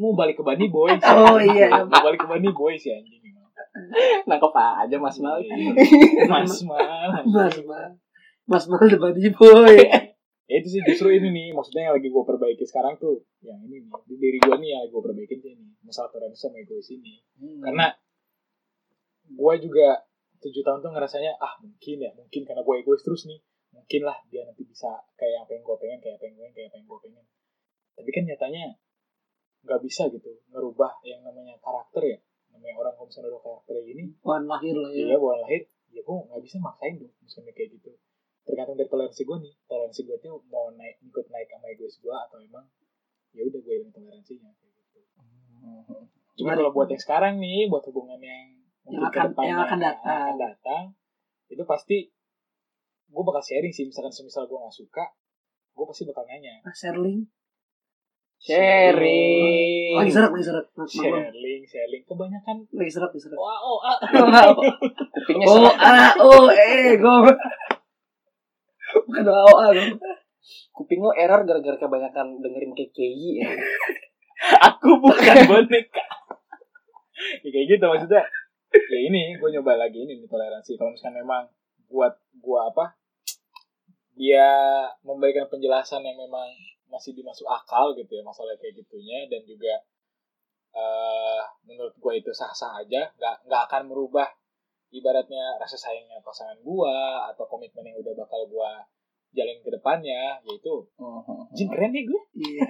S2: mau balik ke Bani Boys.
S1: Oh, iya.
S2: mau balik ke Bani Boys ya anjing. Iya.
S3: Nangkep aja Mas Mal.
S2: Mas Mal.
S1: mas mal mas mal the body boy
S2: Ya itu sih justru ini nih maksudnya yang lagi gue perbaiki sekarang tuh yang ini nih di diri gue nih yang lagi gue perbaikin tuh ini masalah toleransi sama egois ini karena gue juga tujuh tahun tuh ngerasanya ah mungkin ya mungkin karena gue egois terus nih mungkin lah dia nanti bisa kayak apa yang gue pengen kayak apa yang gue pengen kayak apa yang gue pengen tapi kan nyatanya nggak bisa gitu ngerubah yang namanya karakter ya namanya orang kalau misalnya udah karakternya gini
S1: wan lahir lah ya
S2: Iya, bawaan lahir, ya gue nggak bisa maksain dong misalnya kayak gitu. Tergantung dari toleransi gue nih, toleransi gue tuh mau naik ikut naik sama egois gue atau emang ya udah gue yang toleransinya kayak gitu. Cuma
S1: Hmm. Menarik.
S2: kalau buat yang sekarang nih, buat hubungan yang mungkin
S1: akan-
S2: kedepannya
S1: yang akan datang.
S2: akan datang, itu pasti gue bakal sharing sih. Misalkan semisal gue nggak suka, gue pasti bakal nanya.
S1: Mas Ah, Sherling
S3: sharing.
S1: lagi seret lagi seret Mas Mal.
S2: Sharing, sharing. Kebanyakan
S1: lagi seret lagi seret
S2: wah oh ah.
S3: Kupingnya
S1: oh
S3: seret.
S1: a o e go bukan o a go
S3: Kuping lo error gara-gara kebanyakan dengerin KKI ya.
S2: aku bukan boneka ya, kayak gitu maksudnya ya ini gue nyoba lagi ini nih, toleransi kalau misalkan memang buat gua apa dia memberikan penjelasan yang memang masih dimasuk akal gitu ya masalah kayak gitunya dan juga eh menurut gua itu sah-sah aja nggak nggak akan merubah ibaratnya rasa sayangnya pasangan gua atau komitmen yang udah bakal gua jalin ke depannya yaitu jin keren nih gue
S1: iya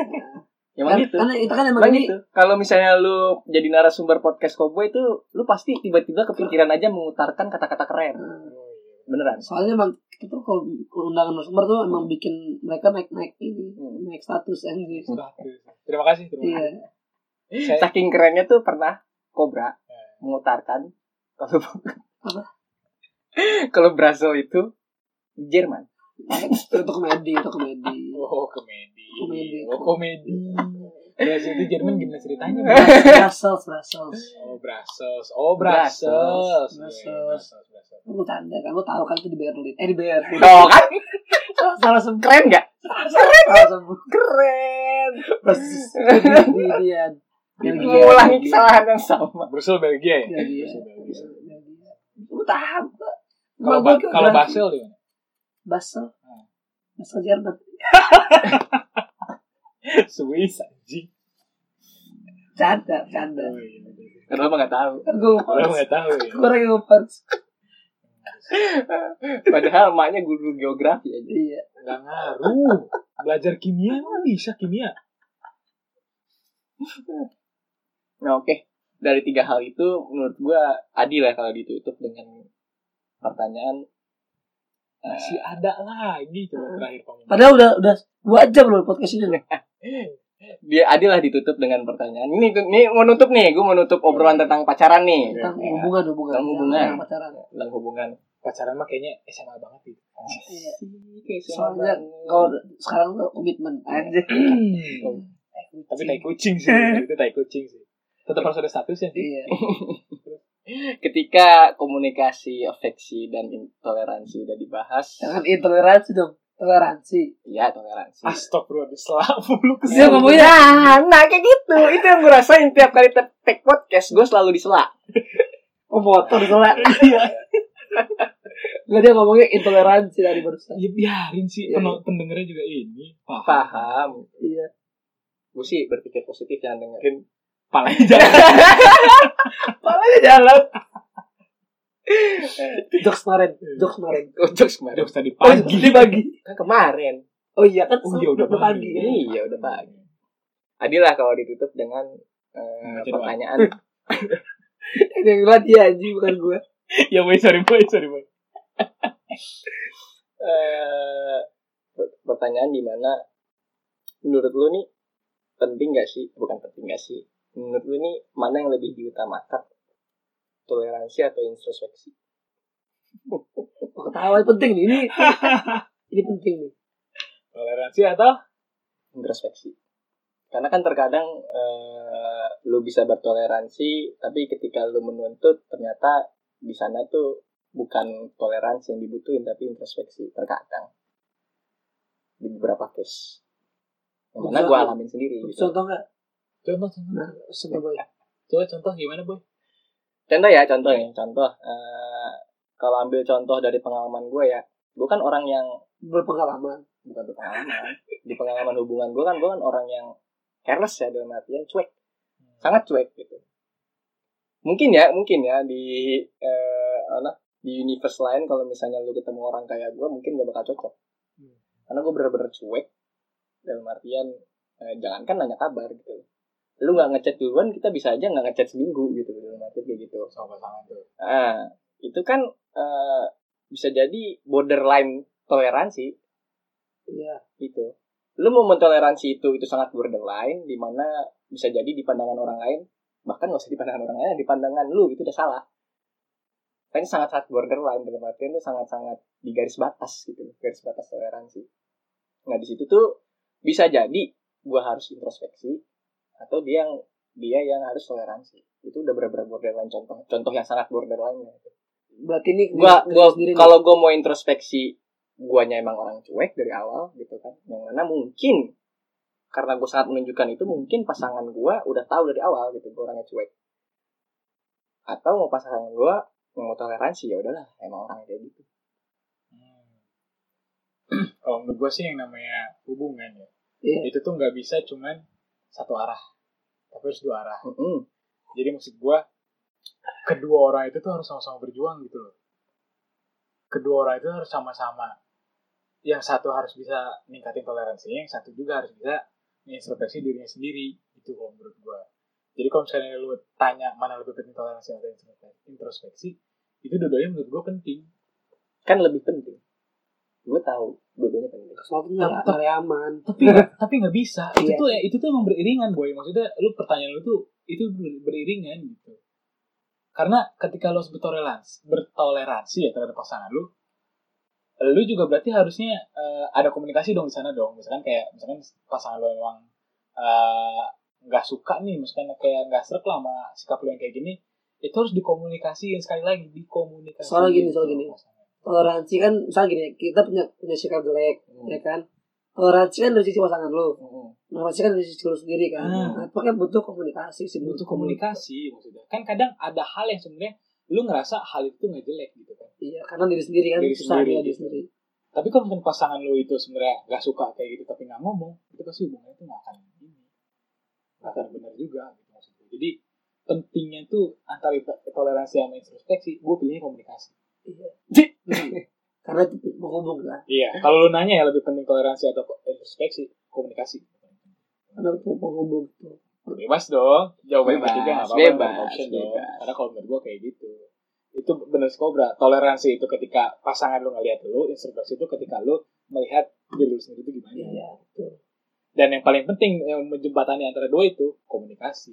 S3: Ya Oh,
S1: Karena-
S3: emang gitu.
S1: karena itu kan emang
S3: Emang
S1: ini
S3: gitu. Kalau misalnya lu jadi narasumber podcast Cowboy itu lu pasti tiba-tiba kepikiran aja mengutarkan kata-kata keren.
S1: Eh,
S3: Beneran.
S1: soalnya emang kita tuh kalau undangan narasumber tuh emang bikin mereka naik naik ini
S3: Hmm.
S1: naik status anjir
S2: Terima kasih, terima kasih.
S1: iya
S2: Saya-
S3: Saking kerennya tuh pernah Cobra mengutarkan kalau
S1: Apa?
S3: kalau Brazil itu Jerman.
S1: itu komedi itu komedi
S2: Oh, komedi.
S1: Komedi.
S2: Oh, komedi. Brasil itu Jerman gimana ceritanya? Bro?
S1: Hmm. Brussels Brussels
S2: Oh, Brussels. Oh, Brussels.
S1: Brussels.
S2: Iya, Brussels, Brussels.
S1: aku tanda kan aku tahu kan itu di Berlin eh di Berlin
S3: Oh kan
S1: salah salah sembuh
S3: keren nggak?
S1: salah sembuh
S3: Keren.
S1: Brussels di di- di dia
S3: Iya, Mengulangi kesalahan yang sama.
S2: Brussels, Belgia ya?
S1: Iya, iya.
S2: Brussels, Belgia.
S1: aku tahu Pak.
S2: Kalau
S1: Gua-
S2: ba-
S1: gua-
S2: kalau
S1: gua-
S2: Basel di mana?
S1: Basel
S2: Hmm.
S1: Basel Jerman
S2: Swiss anjing.
S1: canda canda
S2: Oh, iya, iya.
S3: Kenapa nggak tahu?
S1: kan gue
S2: Orang nggak tahu ya.
S1: gue lagi ngopers
S3: Padahal emaknya guru geografi aja.
S1: iya
S2: Nggak ngaruh. Belajar kimia emang bisa kimia.
S3: Nah oke dari tiga hal itu menurut gua adil ya kalau ditutup dengan pertanyaan eh,
S2: Masih ada lagi coba terakhir kamu.
S1: padahal udah udah dua jam loh podcast ini
S3: dia adil lah ditutup dengan pertanyaan ini itu- ini mau nutup nih gue mau nutup obrolan tentang pacaran nih
S2: Iya.
S1: tentang
S3: Ya,
S1: hubungan hubungan
S3: Tentang hubungan.
S1: Tentang pacaran
S3: tentang hubungan
S2: Pacaran mah kayaknya SMA banget gitu.
S1: Iya.
S3: Soalnya
S1: soalnya kalau sekarang tuh komitmen
S2: Iya.
S1: aja Hmm.
S2: Tapi tai kucing sih. Itu tai kucing sih. Tetap harus ada status ya.
S1: iya
S3: ketika komunikasi afeksi dan intoleransi udah dibahas
S1: jangan intoleransi dong toleransi
S3: ya toleransi
S2: Iya. Astagfirullah, selalu lu
S1: Dia
S2: kesel.
S1: ngomongnya
S3: nah, nah kayak gitu itu yang gue rasain tiap kali te- take podcast gue selalu disela
S1: oh motor soalnya nggak dia ngomongnya intoleransi dari barusan
S2: Ya biarin
S1: Iya,
S2: sih penol- pendengarnya juga ini. Paham.
S3: paham
S1: iya
S3: gue sih berpikir positif jangan dengerin
S2: Palanya jangan.
S1: palanya jalan jokes kemarin jokes kemarin
S3: Gojok kemarin.
S2: Jokes tadi
S1: oh
S2: pagi.
S1: di pagi
S3: Kan kemarin.
S1: oh iya kan
S2: Oh, iya, udah pagi.
S1: ya.
S3: Iya, udah pagi. Adil lah kalau ditutup dengan eh,
S2: Baca doa.
S3: pertanyaan.
S1: Ini yang bilang dia anjing bukan gue
S2: ya boy, sorry boy, sorry boy.
S3: eh, per- pertanyaan di mana menurut lu nih penting gak sih? Bukan penting gak sih. Menurut lu nih mana yang lebih diutamakan? Toleransi atau introspeksi?
S1: ketawa ini penting nih ini ini penting nih
S2: Toleransi atau
S3: Introspeksi. Karena kan terkadang eh, lu bisa bertoleransi, tapi ketika lu menuntut ternyata di sana tuh bukan toleransi yang dibutuhin tapi introspeksi terkadang di beberapa case. Yang mana gue alamin sendiri. Gitu.
S1: contoh nggak
S2: contoh contoh.
S1: contoh gue
S2: Coba contoh gimana boy?
S3: Contoh ya, contoh ya, contoh. eh, kalau ambil contoh dari pengalaman gue ya, gue kan orang yang
S1: berpengalaman
S3: bukan berpengalaman di pengalaman hubungan gue kan gue kan orang yang careless ya dalam artian cuek sangat cuek gitu mungkin ya mungkin ya di eh, apa, di universe lain kalau misalnya lu ketemu orang kayak gue mungkin gak bakal cocok
S2: Hmm.
S3: karena gue bener-bener cuek dalam artian eh, jangankan nanya kabar gitu lu nggak ngechat duluan kita bisa aja nggak ngechat seminggu gitu dalam artian kayak gitu
S2: Sama pasangan tuh.
S3: Ah, itu kan eh, bisa jadi borderline toleransi
S1: iya
S3: gitu. Lu mau mentoleransi itu itu sangat borderline di mana bisa jadi di pandangan orang lain bahkan nggak usah di pandangan orang lain di pandangan lu itu udah salah. Kayaknya sangat sangat borderline dalam artian itu sangat sangat di garis batas gitu, garis batas toleransi. Nah di situ tuh bisa jadi gua harus introspeksi atau dia yang dia yang harus toleransi. Itu udah bener-bener borderline contoh contoh yang sangat borderline ya
S1: berarti ini
S3: gua
S1: diri-
S3: gua
S1: diri sendiri nih.
S3: kalau gua mau introspeksi guanya emang orang cuek dari awal gitu kan yang mana mungkin karena gue sangat menunjukkan itu mungkin pasangan gua udah tahu dari awal gitu gue orangnya cuek atau mau pasangan gua yang mau toleransi ya udahlah emang orang kayak gitu
S2: Hmm. Kalau menurut gue sih yang namanya hubungan ya,
S1: Iya.
S2: itu tuh nggak bisa cuman satu arah, tapi harus dua arah.
S3: Mm-mm.
S2: Jadi maksud gue, kedua orang itu tuh harus sama-sama berjuang gitu loh. Kedua orang itu harus sama-sama. Yang satu harus bisa ningkatin toleransinya, yang satu juga harus bisa mengintrospeksi dirinya sendiri. Itu kalau menurut gue. Jadi kalau misalnya lu tanya mana lebih penting toleransi atau introspeksi, itu dua-duanya menurut gue penting.
S3: kan lebih penting gue tahu dua-duanya pengen nikah
S1: Soalnya nggak
S2: Tapi-
S1: nggak nyaman.
S2: tapi tapi nggak bisa
S1: Iya.
S2: itu tuh ya itu tuh emang beriringan boy maksudnya lu pertanyaan lu tuh itu ber- beriringan gitu karena ketika lu harus bertoleransi bertoleransi ya terhadap pasangan lu lu juga berarti harusnya eh, ada komunikasi dong di sana dong misalkan kayak misalkan pasangan lu memang eh, nggak suka nih misalkan kayak nggak srek lah sama sikap lu yang kayak gini itu harus dikomunikasiin sekali lagi dikomunikasiin gitu
S1: Soalnya gini, soalnya
S2: sama
S1: gini.
S2: pasangan.
S1: Toleransi kan misalnya gini, kita punya punya sikap jelek, ya kan? Toleransi kan dari sisi pasangan lu, toleransi kan dari sisi lu sendiri kan.
S2: Ah.
S1: Nah, pokoknya butuh komunikasi sih,
S2: butuh komunikasi maksudnya kan kadang ada hal yang sebenarnya lu ngerasa hal itu nggak jelek gitu kan
S1: Iya, karena diri sendiri kan
S2: Diri
S1: susah
S2: sendiri,
S1: dia diri
S2: gitu.
S1: sendiri.
S2: tapi kalau misalkan pasangan lu itu sebenarnya nggak suka kayak gitu tapi nggak ngomong itu pasti hubungannya tuh nggak akan ini nggak akan benar juga gitu maksudnya jadi pentingnya tuh antara to- toleransi sama introspeksi gue pilihnya komunikasi
S1: Iya. karena itu menghubung kan.
S2: iya kalau lu nanya ya lebih penting toleransi atau ko- introspeksi komunikasi
S1: Karena itu menghubung tuh.
S2: bebas dong jawaban
S3: Bebas,
S2: ketiga nggak apa-apa
S3: bebas,
S2: no option dong.
S3: bebas.
S2: karena kalau menurut gue kayak gitu itu bener sih kobra toleransi itu ketika pasangan lu ngelihat lu introspeksi itu ketika lu melihat diri lu sendiri itu gimana
S1: Iya, betul.
S2: dan yang paling penting yang menjembatani antara dua itu komunikasi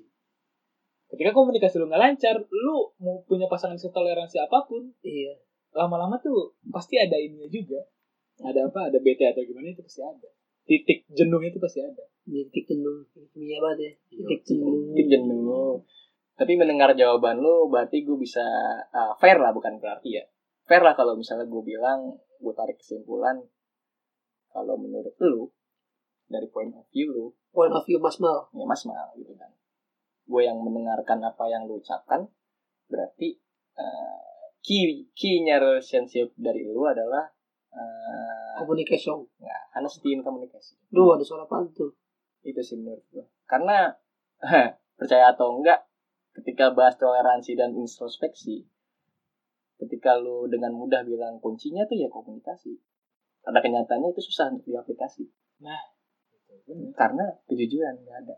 S2: ketika komunikasi lu nggak lancar lu mau punya pasangan setoleransi apapun
S1: Iya.
S2: lama-lama tuh pasti ada ininya juga ada apa ada bete atau gimana itu pasti ada titik jenuh itu pasti ada
S1: Iya, Titik jenuh, kimia banget ya. Titik
S3: Mungkin
S1: jenuh.
S3: Iya, jenuh. Tapi mendengar jawaban lu berarti gue bisa ah, fair lah bukan berarti ya. Fair lah kalau misalnya gue bilang gue tarik kesimpulan kalau menurut lu dari point of view lu
S1: Point of view Mas Mal.
S3: ya mas mal gitu kan. Gue yang mendengarkan apa yang lu ucapkan berarti eh, key key-nya relationship dari lu adalah eh,
S1: Communication.
S3: nah, honesty in communication.
S1: Duh, ada suara apaan tuh?
S3: itu sih menurut gue karena percaya atau enggak ketika bahas toleransi dan introspeksi ketika lu dengan mudah bilang kuncinya tuh ya komunikasi ada kenyataannya itu susah untuk diaplikasi
S2: Nah,
S3: karena kejujuran nggak ada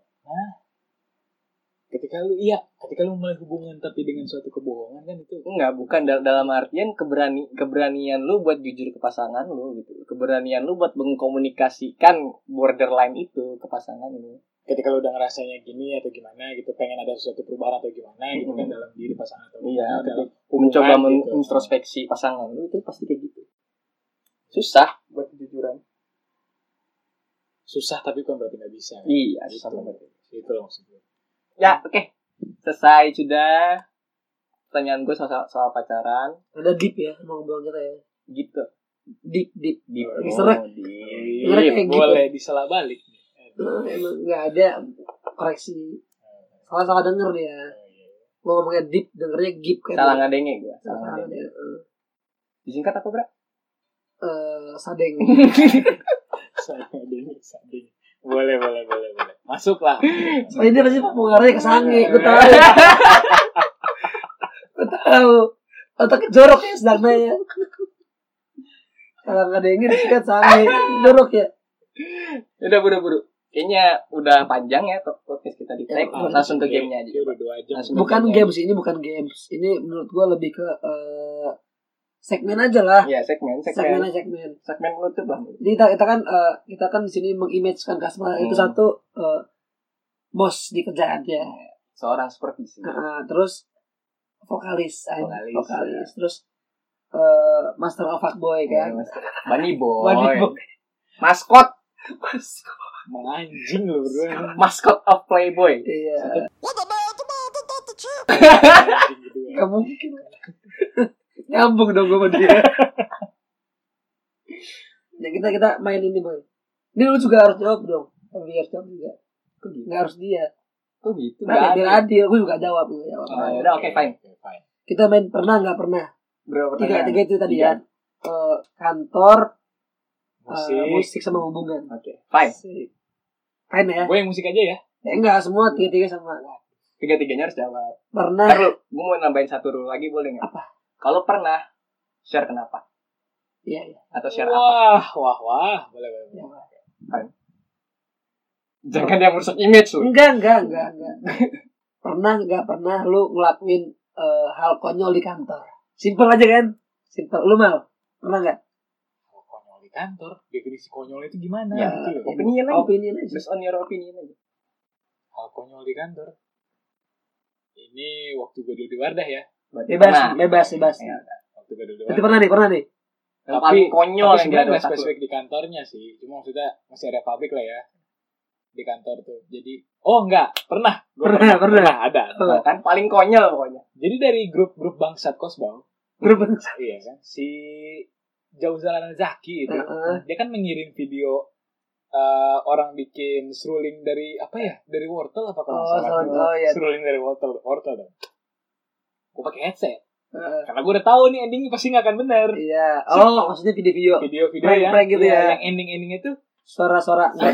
S2: ketika lu iya ketika lu mulai hubungan tapi dengan suatu kebohongan kan itu
S3: enggak bukan dal- dalam artian keberani keberanian lu buat jujur ke pasangan lu gitu keberanian lu buat mengkomunikasikan borderline itu ke pasangan lu
S2: ketika lu udah ngerasanya gini atau gimana gitu pengen ada sesuatu perubahan atau gimana gitu kan
S3: Mm.
S2: dalam diri pasangan atau
S3: Iya,
S2: dalam
S3: mencoba
S2: hubungan gitu.
S3: mengintrospeksi pasangan lu itu pasti kayak gitu susah buat kejujuran
S2: susah tapi bukan berarti nggak bisa kan?
S3: iya susah
S2: Gitu.
S3: banget
S2: itu loh maksud gue
S3: ya oke selesai sudah pertanyaan gue soal, soal pacaran
S1: Ada deep ya, mau ngobrol kita ya.
S3: gitu
S1: Deep, deep.
S3: di
S1: Ini serak.
S3: Iya, di
S1: Serak kayak gitu.
S2: Iya, boleh disela balik
S1: Nah, emang nggak ada koreksi.
S3: Nah,
S1: Salah salah denger dia. Mau ngomongnya deep, dengernya gip kan.
S3: salah ngadenge gue
S1: Salah
S3: salah ngadenge
S1: ngadeng. Eh,
S3: disingkat apa bra
S1: eh, sadeng.
S2: Sading, sading. boleh boleh boleh boleh masuklah
S1: Soalnya dia Oh, pasti pengaruhnya ke sange, gue Iya, tahu. gue tahu. Otak jorok ya sedang nanya. Kalau nggak ada yang ini disikat sange, jorok ya.
S3: udah buru-buru kayaknya udah panjang ya to- podcast kita di
S1: Ya,
S3: tag
S1: panjang.
S3: langsung ke gamenya aja
S2: udah dua jam
S3: Langsung
S1: Bukan games ini, bukan games. Ini menurut gue lebih ke eh, segmen aja lah.
S3: ya segmen
S1: Iya, Segmen
S3: segmen
S1: aja segmen.
S3: segmen penutup lah
S1: Jadi kita, kita kan eh, kita kan di sini mengimagekan customer itu
S3: Hmm.
S1: satu eh, bos di kerjaannya.
S3: seorang supervisi
S1: Nah, terus vokalis, eh,
S3: Vokalis,
S1: vokalis, terus eh, master of fuckboy kan.
S3: Iya, Bunny Boy.
S1: Bunny Boy.
S3: Maskot.
S2: menganjing lu berdua
S3: Maskot of Playboy.
S1: Iya,
S2: Anjing berdua.
S1: nggak mungkin. Nyambung dong gue sama dia. Nah, kita kita main ini boy. Ini lu juga harus jawab dong. Tapi dia harus jawab juga.
S3: Kok gitu?
S1: Nggak harus dia.
S3: Kok gitu?
S1: Nah,
S3: Gak
S1: biar
S3: ada.
S1: adil, gue juga jawab. Gue jawab.
S3: Oh, yaudah, oke, fine.
S2: Oke, fine.
S1: Kita main pernah nggak pernah.
S3: Berapa
S1: Tiga,
S3: pertanyaan?
S1: tiga itu tadi
S3: Tiga.
S1: ya. Eh, kantor, musik.
S3: Eh,
S2: musik
S1: musik sama hubungan.
S3: Oke. Fine.
S1: Asik. Fine ya?
S2: gue yang musik aja ya
S1: Ya, enggak, semua tiga-tiga sama.
S3: Tiga-tiganya harus jawab.
S1: Pernah
S3: Ntar gue mau nambahin satu rule lagi boleh nggak?
S1: Apa?
S3: Kalau pernah, share kenapa?
S1: Iya, iya.
S3: Atau share apa?
S2: wah wah wah boleh boleh boleh.
S1: Jawab.
S3: Jangan yang merusak image lu.
S1: Enggak, enggak, enggak, enggak. pernah enggak pernah lu ngelakuin eh, hal konyol di kantor? Simpel aja kan? Simpel. Lu mal. Pernah enggak?
S2: Oh, konyol di kantor definisi konyol itu gimana
S3: Ya,
S2: gitu loh
S3: opinion aja.
S1: Opinion aja.
S3: Based on your opinion aja.
S2: hal konyol di kantor ini waktu gue dulu di Wardah ya
S1: Bebas,
S3: Nah,
S1: bebas, bebas.
S3: Ya.
S2: waktu gue
S1: Berarti
S2: dulu di Wardah
S1: pernah nih, pernah nih.
S3: yang
S2: Tapi-
S3: paling konyol
S2: tapi
S3: yang dia
S2: sebenarnya
S3: ada
S2: nggak
S3: otak lu.
S2: spesifik di kantornya sih cuma maksudnya masih ada pabrik lah ya di kantor tuh jadi oh enggak pernah Gua
S1: Pernah, pernah.
S2: ada
S1: Pernah.
S3: Kan paling konyol pokoknya.
S2: jadi dari grup-grup bangsat kosbau
S1: Grup
S2: iya kan si Jauzalan Zaki itu
S1: Heeh.
S2: dia kan mengirim video eh, orang bikin seruling dari apa ya dari wortel apa kalau nggak
S1: Oh,
S2: salah
S1: seruling. Oh, iya.
S2: seruling dari wortel wortel dong gue pakai headset
S1: Heeh.
S2: karena gue udah tahu nih endingnya pasti nggak akan bener
S1: Iya. Oh, maksudnya video-video
S2: video-video
S1: Prank-
S2: yang,
S1: prank gitu
S2: iya,
S1: ya.
S2: yang ending-endingnya tuh
S1: suara-suara.
S3: Nah,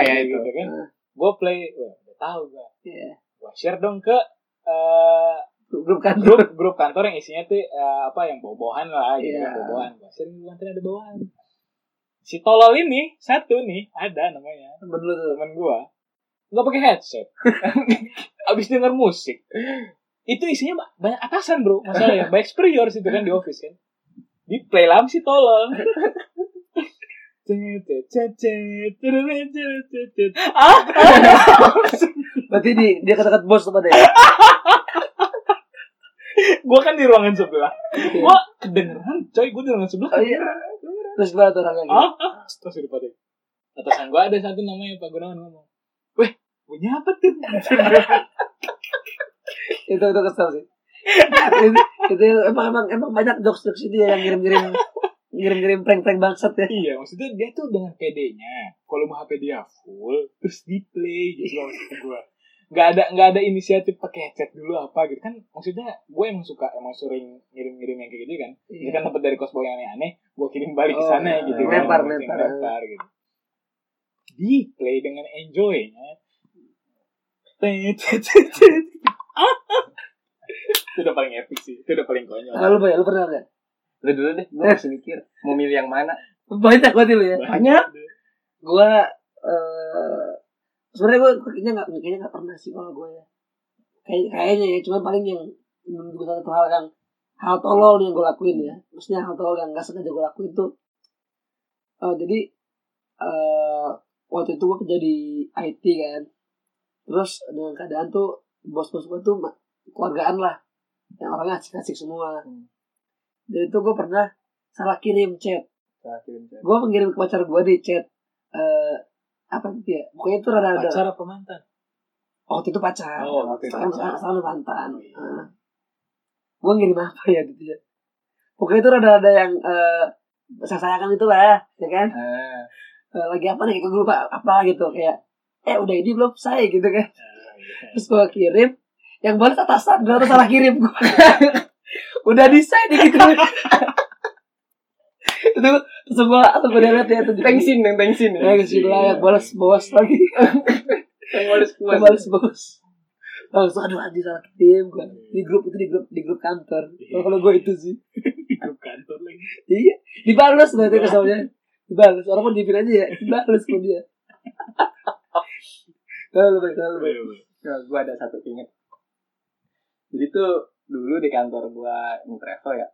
S3: ya
S2: gitu
S3: itu.
S2: kan
S1: Heeh.
S2: gue play wah, udah tahu gue
S1: Iya.
S2: gue share dong ke eh,
S1: Grup kantor.
S2: grup grup kantor yang isinya tuh eh, apa yang bobohan lah gitu
S1: Iya.
S2: kan bobohan gue share di kantor ada bobohan si tolol ini satu nih ada namanya
S1: Temen lu tuh.
S2: temen gua nggak pakai headset abis denger musik itu isinya ba- banyak atasan bro masalahnya banyak superior situ kan di office kan di play lam si tolol ah
S1: Berarti di dia kata-kata bos tuh pada ya.
S2: gua kan di ruangan sebelah gua kedengeran coy gua di ruangan sebelah
S1: Oh iya. Terus gimana tuh orangnya?
S2: ah ah. terus di depan atasan gua ada satu namanya pak gunawan ngomong weh punya apa tuh
S1: Itu itu kesel sih. itu, itu emang emang emang banyak jokes jokes itu ya yang ngirim-ngirim ngirim-ngirim prank-prank bangsat ya.
S2: Iya, maksudnya dia tuh dengan PD-nya. Kalau mau HP dia full, terus di play gitu loh maksud gue. Gak ada nggak ada inisiatif pakai headset dulu apa gitu kan? Maksudnya gue emang suka emang sering ngirim-ngirim yang kayak gitu kan. Ini kan dapat dari kosboy yang aneh-aneh, gue kirim balik ke
S1: Iya. Oh,
S2: sana
S1: iya.
S2: gitu kan.
S1: Lempar,
S2: Gua kirim
S1: lempar.
S2: lempar gitu. Di play dengan enjoy-nya. Tet, tet, tet, tet. Itu udah paling epic sih. Itu udah paling konyol.
S1: Kalau Nah, lu Boy, lu pernah nggak?
S3: Lu dulu deh, gua masih mikir mau milih yang mana.
S1: Banyak banget lu ya.
S3: Banyak.
S1: Gue eh sebenarnya gue kayaknya nggak kayaknya nggak pernah sih kalau gue ya. Kayak kayaknya ya, cuman paling yang menurut gue satu hal yang hal tolol yang gue lakuin ya. Maksudnya hal tolol yang nggak sengaja gue lakuin tuh. eh jadi eh waktu itu gue kerja di IT kan. Terus dengan keadaan tuh bos-bos gue tuh ma- keluargaan lah. Yang orangnya asik-asik semua.
S3: Hmm.
S1: Jadi itu gue pernah salah kirim chat
S3: Salah kirim chat.
S1: gue mengirim ke pacar gue di chat eh apa gitu ya pokoknya itu rada ada
S2: Pacar apa mantan?
S1: waktu itu pacar
S2: Oh, waktu itu
S1: sekarang
S2: pacar.
S1: sekarang sekarang udah mantan
S2: Oh, iya.
S1: gue ngirim apa ya gitu ya pokoknya itu rada ada yang eh saya sayangkan itu lah ya kan
S3: Ah,
S1: Eh, lagi apa nih gue lupa apa gitu kayak eh udah ini belum saya gitu kan
S2: iya.
S1: terus gue kirim yang balas atasan gue salah kirim gue udah desain gitu itu terus gue atau gue lihat ya itu di-
S3: Tengsin, yang tengsin.
S1: Ya ke situ lah, balas bos lagi.
S3: Iya. Yang balas puas.
S1: balas bos. Langsung aduh anjing salah kirim gua. Di grup itu di grup di grup kantor.
S3: Iya.
S1: Kalau kalau gua itu sih.
S2: Di grup kantor lagi.
S1: Iya, dibalas berarti kesalnya. Dibalas. Orang pun dipin aja ya, dibalas sama dia. Kalau baik, kalau baik.
S3: Nah, gue ada satu inget. Jadi tuh dulu di kantor gue yang travel ya.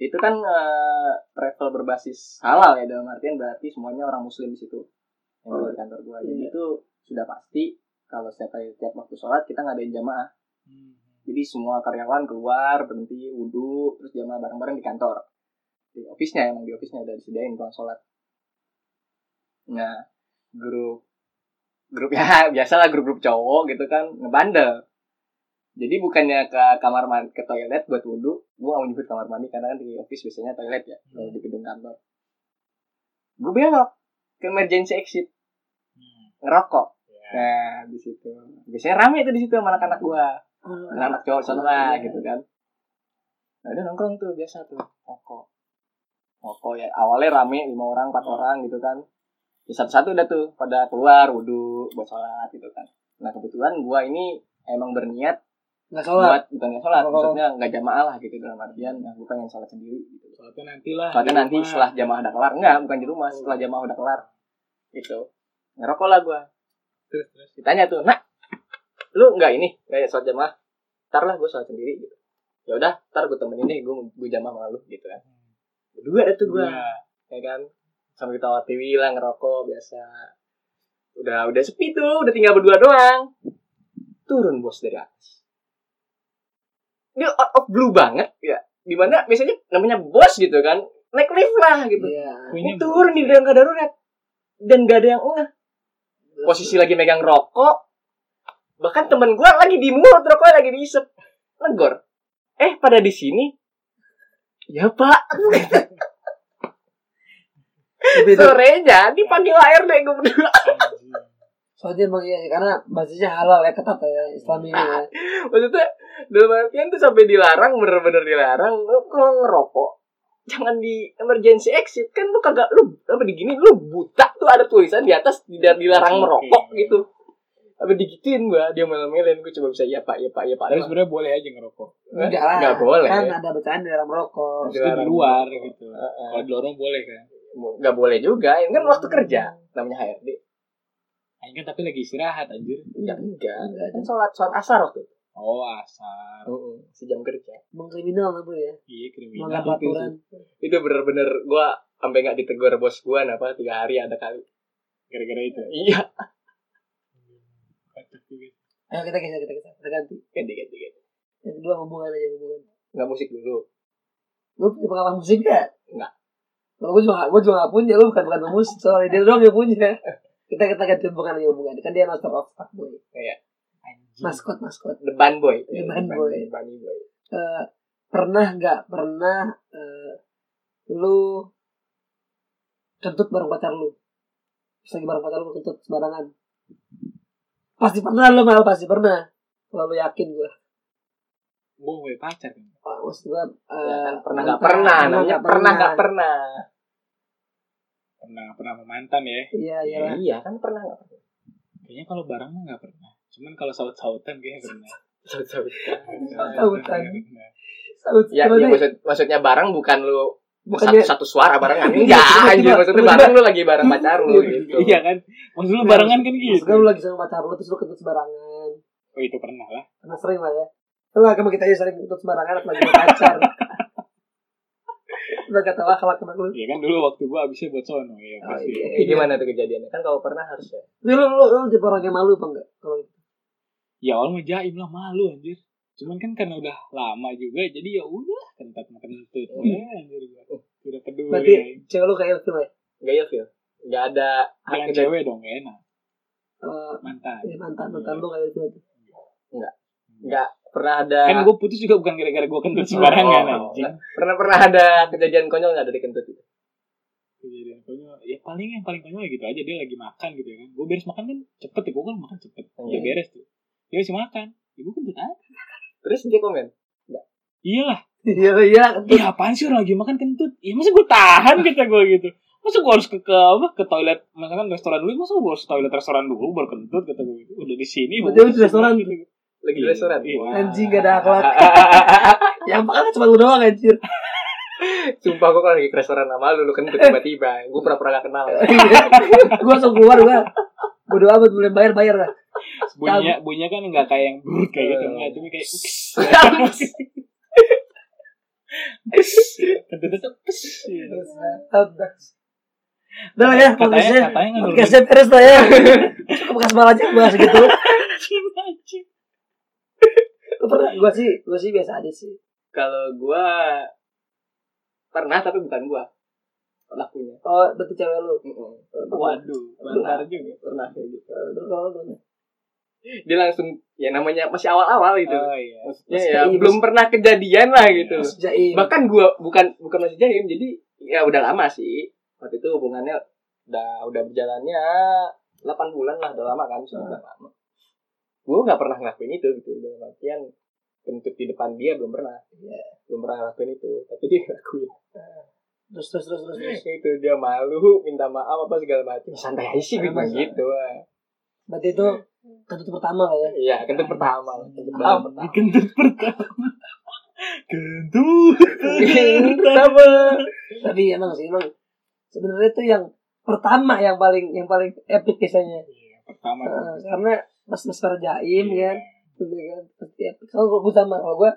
S3: Itu kan eh, travel berbasis halal ya dalam artian berarti semuanya orang muslim di situ. Yang dulu di kantor gue. Jadi itu sudah pasti kalau setiap kali setiap waktu sholat kita ngadain jamaah.
S2: Hmm.
S3: Jadi semua karyawan keluar berhenti wudhu terus jamaah bareng-bareng di kantor. Di office-nya emang di office-nya udah disediain ruang sholat. Nah grup grup ya biasalah grup-grup cowok gitu kan ngebandel. Jadi bukannya ke kamar mandi ke toilet buat wudhu, gua mau nyebut kamar mandi karena kan di office biasanya toilet ya kalau di gedung kantor. Gue belok ke emergency exit ngerokok. Nah di situ biasanya rame tuh di situ sama anak-anak gua anak cowok sana lah gitu kan nah dia nongkrong tuh biasa tuh rokok rokok ya awalnya rame lima orang empat orang gitu kan ya satu-satu udah tuh pada keluar wudhu buat sholat gitu kan nah kebetulan gua ini emang berniat
S1: Enggak salah.
S3: buat bukan nggak sholat
S1: Oh.
S3: maksudnya nggak jamaah lah gitu dalam artian nah, gua pengen sholat sendiri gitu
S2: Soalnya nanti lah.
S3: Soalnya
S2: Ah, di
S3: nanti
S2: rumah.
S3: setelah jamaah udah kelar enggak bukan di rumah setelah jamaah udah kelar gitu ngerokok lah gua
S2: Terus, terus.
S3: ditanya tuh nak lu nggak ini kayak sholat jamaah ntar lah gue sholat sendiri gitu ya udah ntar gue temenin deh gue gue jamaah sama lu gitu kan berdua itu gue
S2: Gua.
S3: ya kan sama kita Wati bilang ngerokok biasa udah udah sepi tuh udah tinggal berdua doang turun bos dari atas dia out of blue banget ya dimana biasanya namanya bos gitu kan naik lift lah gitu
S1: Iya.
S3: ini turun di dalam keadaan darurat dan gak ada yang ngeh posisi lagi megang rokok bahkan temen gue lagi di mulut rokoknya lagi diisep negor eh pada di sini ya pak
S1: Tapi itu
S3: sorenya dipanggil ARD gue berdua
S1: soalnya emang iya karena basisnya halal ya ketat ya Islami ya.
S3: maksudnya dalam artian tuh sampai dilarang bener-bener dilarang lu kalau ngerokok jangan di emergency exit kan lu kagak lu apa digini lu buta tuh ada tulisan di atas tidak dilarang merokok gitu apa digituin gua dia melamelin gua coba bisa ya pak ya pak ya pak
S2: Tapi sebenarnya boleh aja ngerokok.
S1: Enggak lah.
S3: Nggak boleh.
S1: Kan ada bacaan di dalam rokok.
S2: Terus itu di
S3: Dilarang.
S2: luar gitu.
S3: Heeh.
S2: Kalau di luar mah boleh kan.
S3: nggak boleh juga ini kan waktu kerja namanya HRD
S2: Anjing kan tapi lagi istirahat anjir.
S3: ya enggak
S1: Enggak ada.
S3: kan sholat sholat asar waktu itu
S2: Oh, asar.
S3: sejam kerja
S1: Emang kriminal apa ya?
S2: Iya, kriminal.
S1: Melanggar peraturan.
S3: itu bener-bener gua sampai nggak ditegur bos gua apa tiga hari ada kali
S2: Gara-gara itu.
S3: iya
S1: Ayo kita geser kita geser. Kita ganti.
S3: ganti ganti ganti
S1: Yang kedua hubungan aja hubungan.
S3: nggak musik dulu
S1: Lu punya pengalaman musik gak?
S3: Nggak.
S1: Kalau gue juga, gue juga gak punya, lu bukan bukan musik, soalnya dia doang yang punya. Kita kita ganti hubungan aja hubungan, kan dia master of fuck boy.
S3: Iya.
S1: Maskot maskot.
S3: The Band Boy.
S1: The Band Boy.
S3: The Band Boy.
S1: Eh, pernah nggak pernah eh, lu kentut bareng pacar lu? Terus lagi bareng pacar lu kentut sembarangan. Pasti pernah lu mal pasti pernah. Kalau lu yakin gue.
S2: Gue punya pacar kan.
S1: Wah, Maksud gue
S3: Ya kan?
S1: eh,
S3: Pernah nggak pernah, namanya
S1: nggak
S3: pernah nggak pernah.
S2: Pernah pernah sama mantan ya.
S1: Iya iya. lah.
S3: Iya kan pernah nggak pernah.
S2: Kayaknya kalau barang mah nggak pernah. Cuman kalau saut-sautan kayaknya pernah.
S1: Saut-sautan. Salut.
S3: Iya, Ya,
S1: Gimana
S3: ya
S1: ya?
S3: maksud, maksudnya barang bukan lu satu,
S1: Bukannya-
S3: satu suara barengan
S1: Iya,
S3: enggak
S1: tiba-tiba-
S3: anjir maksudnya
S1: tiba-tiba-
S3: bareng lu lagi bareng pacar lu gitu.
S2: Iya kan? Maksud lu barengan kan gitu.
S1: Maksudnya lu lagi sama pacar lu terus lu kentut sembarangan.
S2: Oh, itu pernah lah.
S1: Karena sering lah ya. Lah kamu kita aja sering kentut sembarangan apalagi sama pacar. Udah kata wah kalau kena lu.
S2: Iya kan dulu waktu gue abisnya buat sono ya
S1: Oh,
S2: pasti.
S1: iya.
S3: Eh, gimana tuh kejadiannya? Kan kalau pernah harus ya.
S1: Lu lu lu, lu tipe orang yang malu apa enggak? Kalau gitu.
S2: Ya awal mah jaim lah malu anjir. Cuman kan karena udah lama juga jadi ya udah kentut mah kentut.
S3: Oh.
S2: Ya anjir gua. Tidak peduli.
S1: Berarti
S2: anjir.
S1: cewek lu kayak film ya.
S3: Enggak ya, Phil. Enggak ada hak Iya.
S2: Jangan
S3: kita-
S2: cewek dong gak enak.
S1: Eh,
S2: Mantan.
S1: ya, mantan mantan lu kayak film.
S3: enggak pernah ada
S2: Kan gue putus juga bukan gara-gara gue kentut sembarangan
S3: Oh,
S2: anjing.
S3: pernah pernah ada kejadian konyol enggak dari kentut itu?
S2: kejadian konyol ya paling yang paling konyol ya gitu aja dia lagi makan gitu ya kan gue beres makan kan cepet ya gue kan makan cepet dia
S3: Iya.
S2: beres tuh dia masih makan ibu kan kentut aja
S3: Terus dia komen,
S2: iyalah
S1: Iya iya kentut.
S2: iya apaan sih orang lagi makan kentut ya masa gue tahan kata gue gitu masa gue harus ke ke apa ke toilet misalkan restoran dulu masa gue harus ke toilet restoran dulu baru kentut kata gue gitu udah di sini
S1: Berarti
S2: baru
S1: lu di restoran
S2: gitu.
S3: lagi di
S2: Iya,
S3: restoran.
S2: iya.
S3: Wah.
S1: Anjing gak ada akhlak. Yang makan cuma lu doang anjir.
S3: Sumpah gue kalau lagi ke restoran sama lu, lu kentut tiba-tiba. Gue pernah-pernah gak kenal.
S1: gua langsung keluar gua. Bodo amat boleh bayar bayar lah.
S2: bunyinya bunyinya kan nggak kayak yang brut kayak gitu
S3: Eh.
S2: nggak cuma kayak uks. kentutnya tuh Gitu. uks.
S1: Udah lah ya,
S2: katanya
S1: podcastnya.
S2: katanya nggak
S1: Podcastnya beres lah ya. Cukup kasmal aja bahas gitu.
S2: nulis.
S1: Lu pernah? Gua sih, gua sih biasa aja sih.
S3: Kalau gua pernah tapi bukan gua pelakunya.
S1: Oh, berarti cewek lu.
S2: Waduh, benar
S3: Benar
S2: juga.
S3: Pernah kayak gitu.
S1: Eh, Lu kalau lu nih.
S3: Dia langsung ya namanya masih awal-awal gitu.
S2: Oh iya.
S3: Maksudnya
S1: Mas-
S3: ya
S1: iya,
S3: belum pernah kejadian lah gitu.
S1: Terus jaim.
S3: Bahkan gua bukan bukan masih jahim jadi ya udah lama sih. Waktu itu hubungannya udah udah berjalannya 8 bulan lah udah lama kan sudah lama. Gua nggak pernah ngelakuin itu gitu dalam artian kentut di depan dia belum pernah. Belum pernah ngelakuin itu, tapi dia ngelakuin.
S1: Terus terus terus terus. terus.
S3: itu dia malu minta maaf apa segala macam santai aja sih gue
S1: Emang
S3: bilang gitu ah.
S1: Berarti itu kentut pertama lah ya.
S3: iya kentut pertama kentut
S1: Ah,
S3: pertama
S2: Kentut pertama. Kentut
S3: pertama
S1: Tapi emang sih emang sebenarnya itu yang pertama yang paling yang paling epic kisahnya.
S2: Iya, pertama.
S1: Eh, karena pas mesra jaim kan. Gitu kan. Pasti epic. Kalau gue sama kalau gue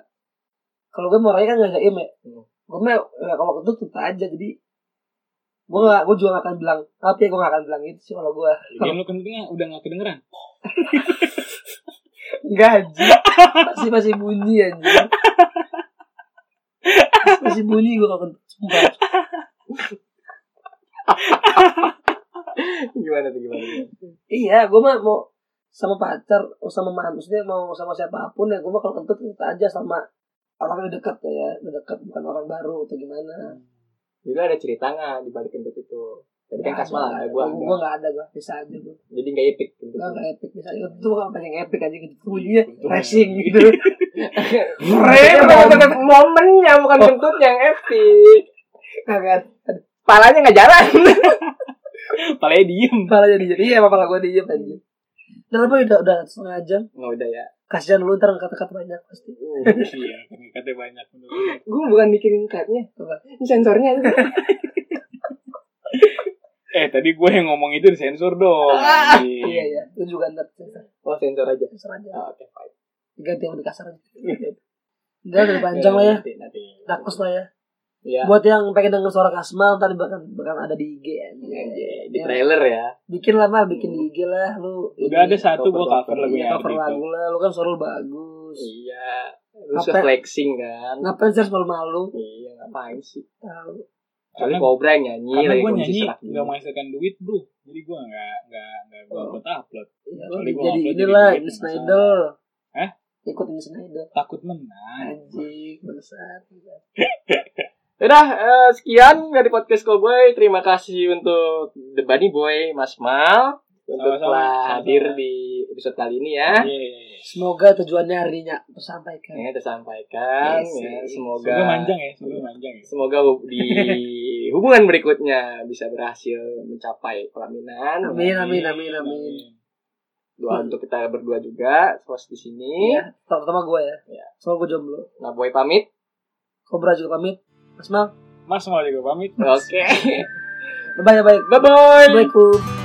S1: kalau gue mau orangnya kan nggak jaim ya.
S3: Hmm.
S1: Gue mah eh, kalau kentut kentut aja jadi gue gak gue juga gak akan bilang tapi gue gak akan bilang itu sih kalau gue
S2: Lagian lu kencengnya udah gak kedengeran.
S1: enggak anjir masih masih bunyi anjir Masih- masih bunyi gue kalau kentut, sumpah
S3: gimana tuh gimana? gimana?
S1: iya gue mah mau sama pacar mau sama man maksudnya mau sama siapapun ya gue mah kalau kentut kentut aja sama orang yang dekat ya udah dekat bukan orang baru atau gimana
S3: Jadi lu ada cerita nggak di balik kentut itu? Tadi kan Kasmal ada
S1: gue
S3: gua. Gitu.
S1: gue
S3: nggak.
S1: gak ada gue bisa aja gue
S3: Jadi nggak epic gitu. kentut.
S1: Enggak enggak epic misalnya itu tuh kan paling epic aja gitu bunyinya racing gitu. Keren
S3: Keren, Oh. momennya bukan kentut yang epic.
S1: Kagak
S3: Palanya nggak jalan.
S2: Palanya diem.
S1: malah jadi jadi ya pala gua diem aja. Dan apa udah udah setengah jam
S3: Nggak udah ya.
S1: kasihan lu ntar kata-kata banyak pasti.
S2: Iya, katanya banyak. menurut.
S3: Gue bukan mikirin cutnya,
S1: Apa?
S3: sensornya.
S2: Eh, tadi gue yang ngomong itu disensor dong.
S1: Iya iya lu juga ntar sensor
S3: Oh sensor aja.
S1: sensor aja.
S3: Oh, Oke, fine.
S1: Ganti yang lebih kasar aja. Udah udah panjang lah ya.
S3: Nanti, nanti.
S1: Nakus lah ya.
S3: Iya.
S1: Buat yang pengen denger suara Kasmal ntar bakal bakal ada di IG ya.
S3: Anjay, Di trailer ya.
S1: Bikin lah mal, bikin di IG lah lu.
S2: Udah ada satu gue cover
S3: cover
S2: lagunya.
S1: Iya,
S2: gitu.
S1: cover
S2: Ardhito.
S1: lagu lah, lu kan suara lu bagus.
S3: Iya. Lu
S1: Apa-
S3: suka flexing kan?
S1: Ngapain sih harus malu-malu?
S3: Iya, ngapain sih?
S1: Tahu.
S3: Kali
S2: Karena-
S3: Cobra yang nyanyi
S1: Iya,
S2: Karena
S3: lagi
S2: gue
S3: kondisi
S2: nyanyi
S3: serak
S2: gak
S3: gini.
S2: menghasilkan duit bro Jadi gue gak, gak, gak gue
S1: Oh.
S2: upload upload
S1: Ya, lu
S2: Kecuali Iya, gua
S1: jadi
S2: upload
S1: inilah
S2: jadi duit,
S1: ini
S2: nggak masalah.
S1: Snyder.
S2: Hah?
S1: Ikut ini Snyder.
S2: Takut menang
S1: Anjing, besar.
S3: Udah, eh, sekian dari podcast Cowboy. Terima kasih untuk The Bunny Boy, Mas Mal.
S2: Sama-sama,
S3: Untuk telah
S2: sama-sama.
S3: hadir di episode kali ini
S1: Eh?
S3: ya.
S2: Iya, iya, iya.
S1: Semoga tujuannya harinya tersampaikan.
S3: Ini tersampaikan.
S1: Yes,
S3: ya.
S1: yes.
S3: Semoga
S2: Semoga manjang ya Semoga manjang ya
S3: Semoga hub- di hubungan berikutnya bisa berhasil mencapai pelaminan.
S1: Amin, amin,
S2: Iya.
S1: amin, amin.
S3: Doa untuk kita berdua juga, host di sini.
S1: Iya, terutama gue ya.
S3: Iya.
S1: Soalnya gue jomblo.
S3: Nah, boy pamit.
S1: Kobra juga pamit. Mas Mal,
S2: Mas mau juga pamit
S3: Oke.
S1: bye bye.
S3: Bye bye.
S1: Assalamualaikum.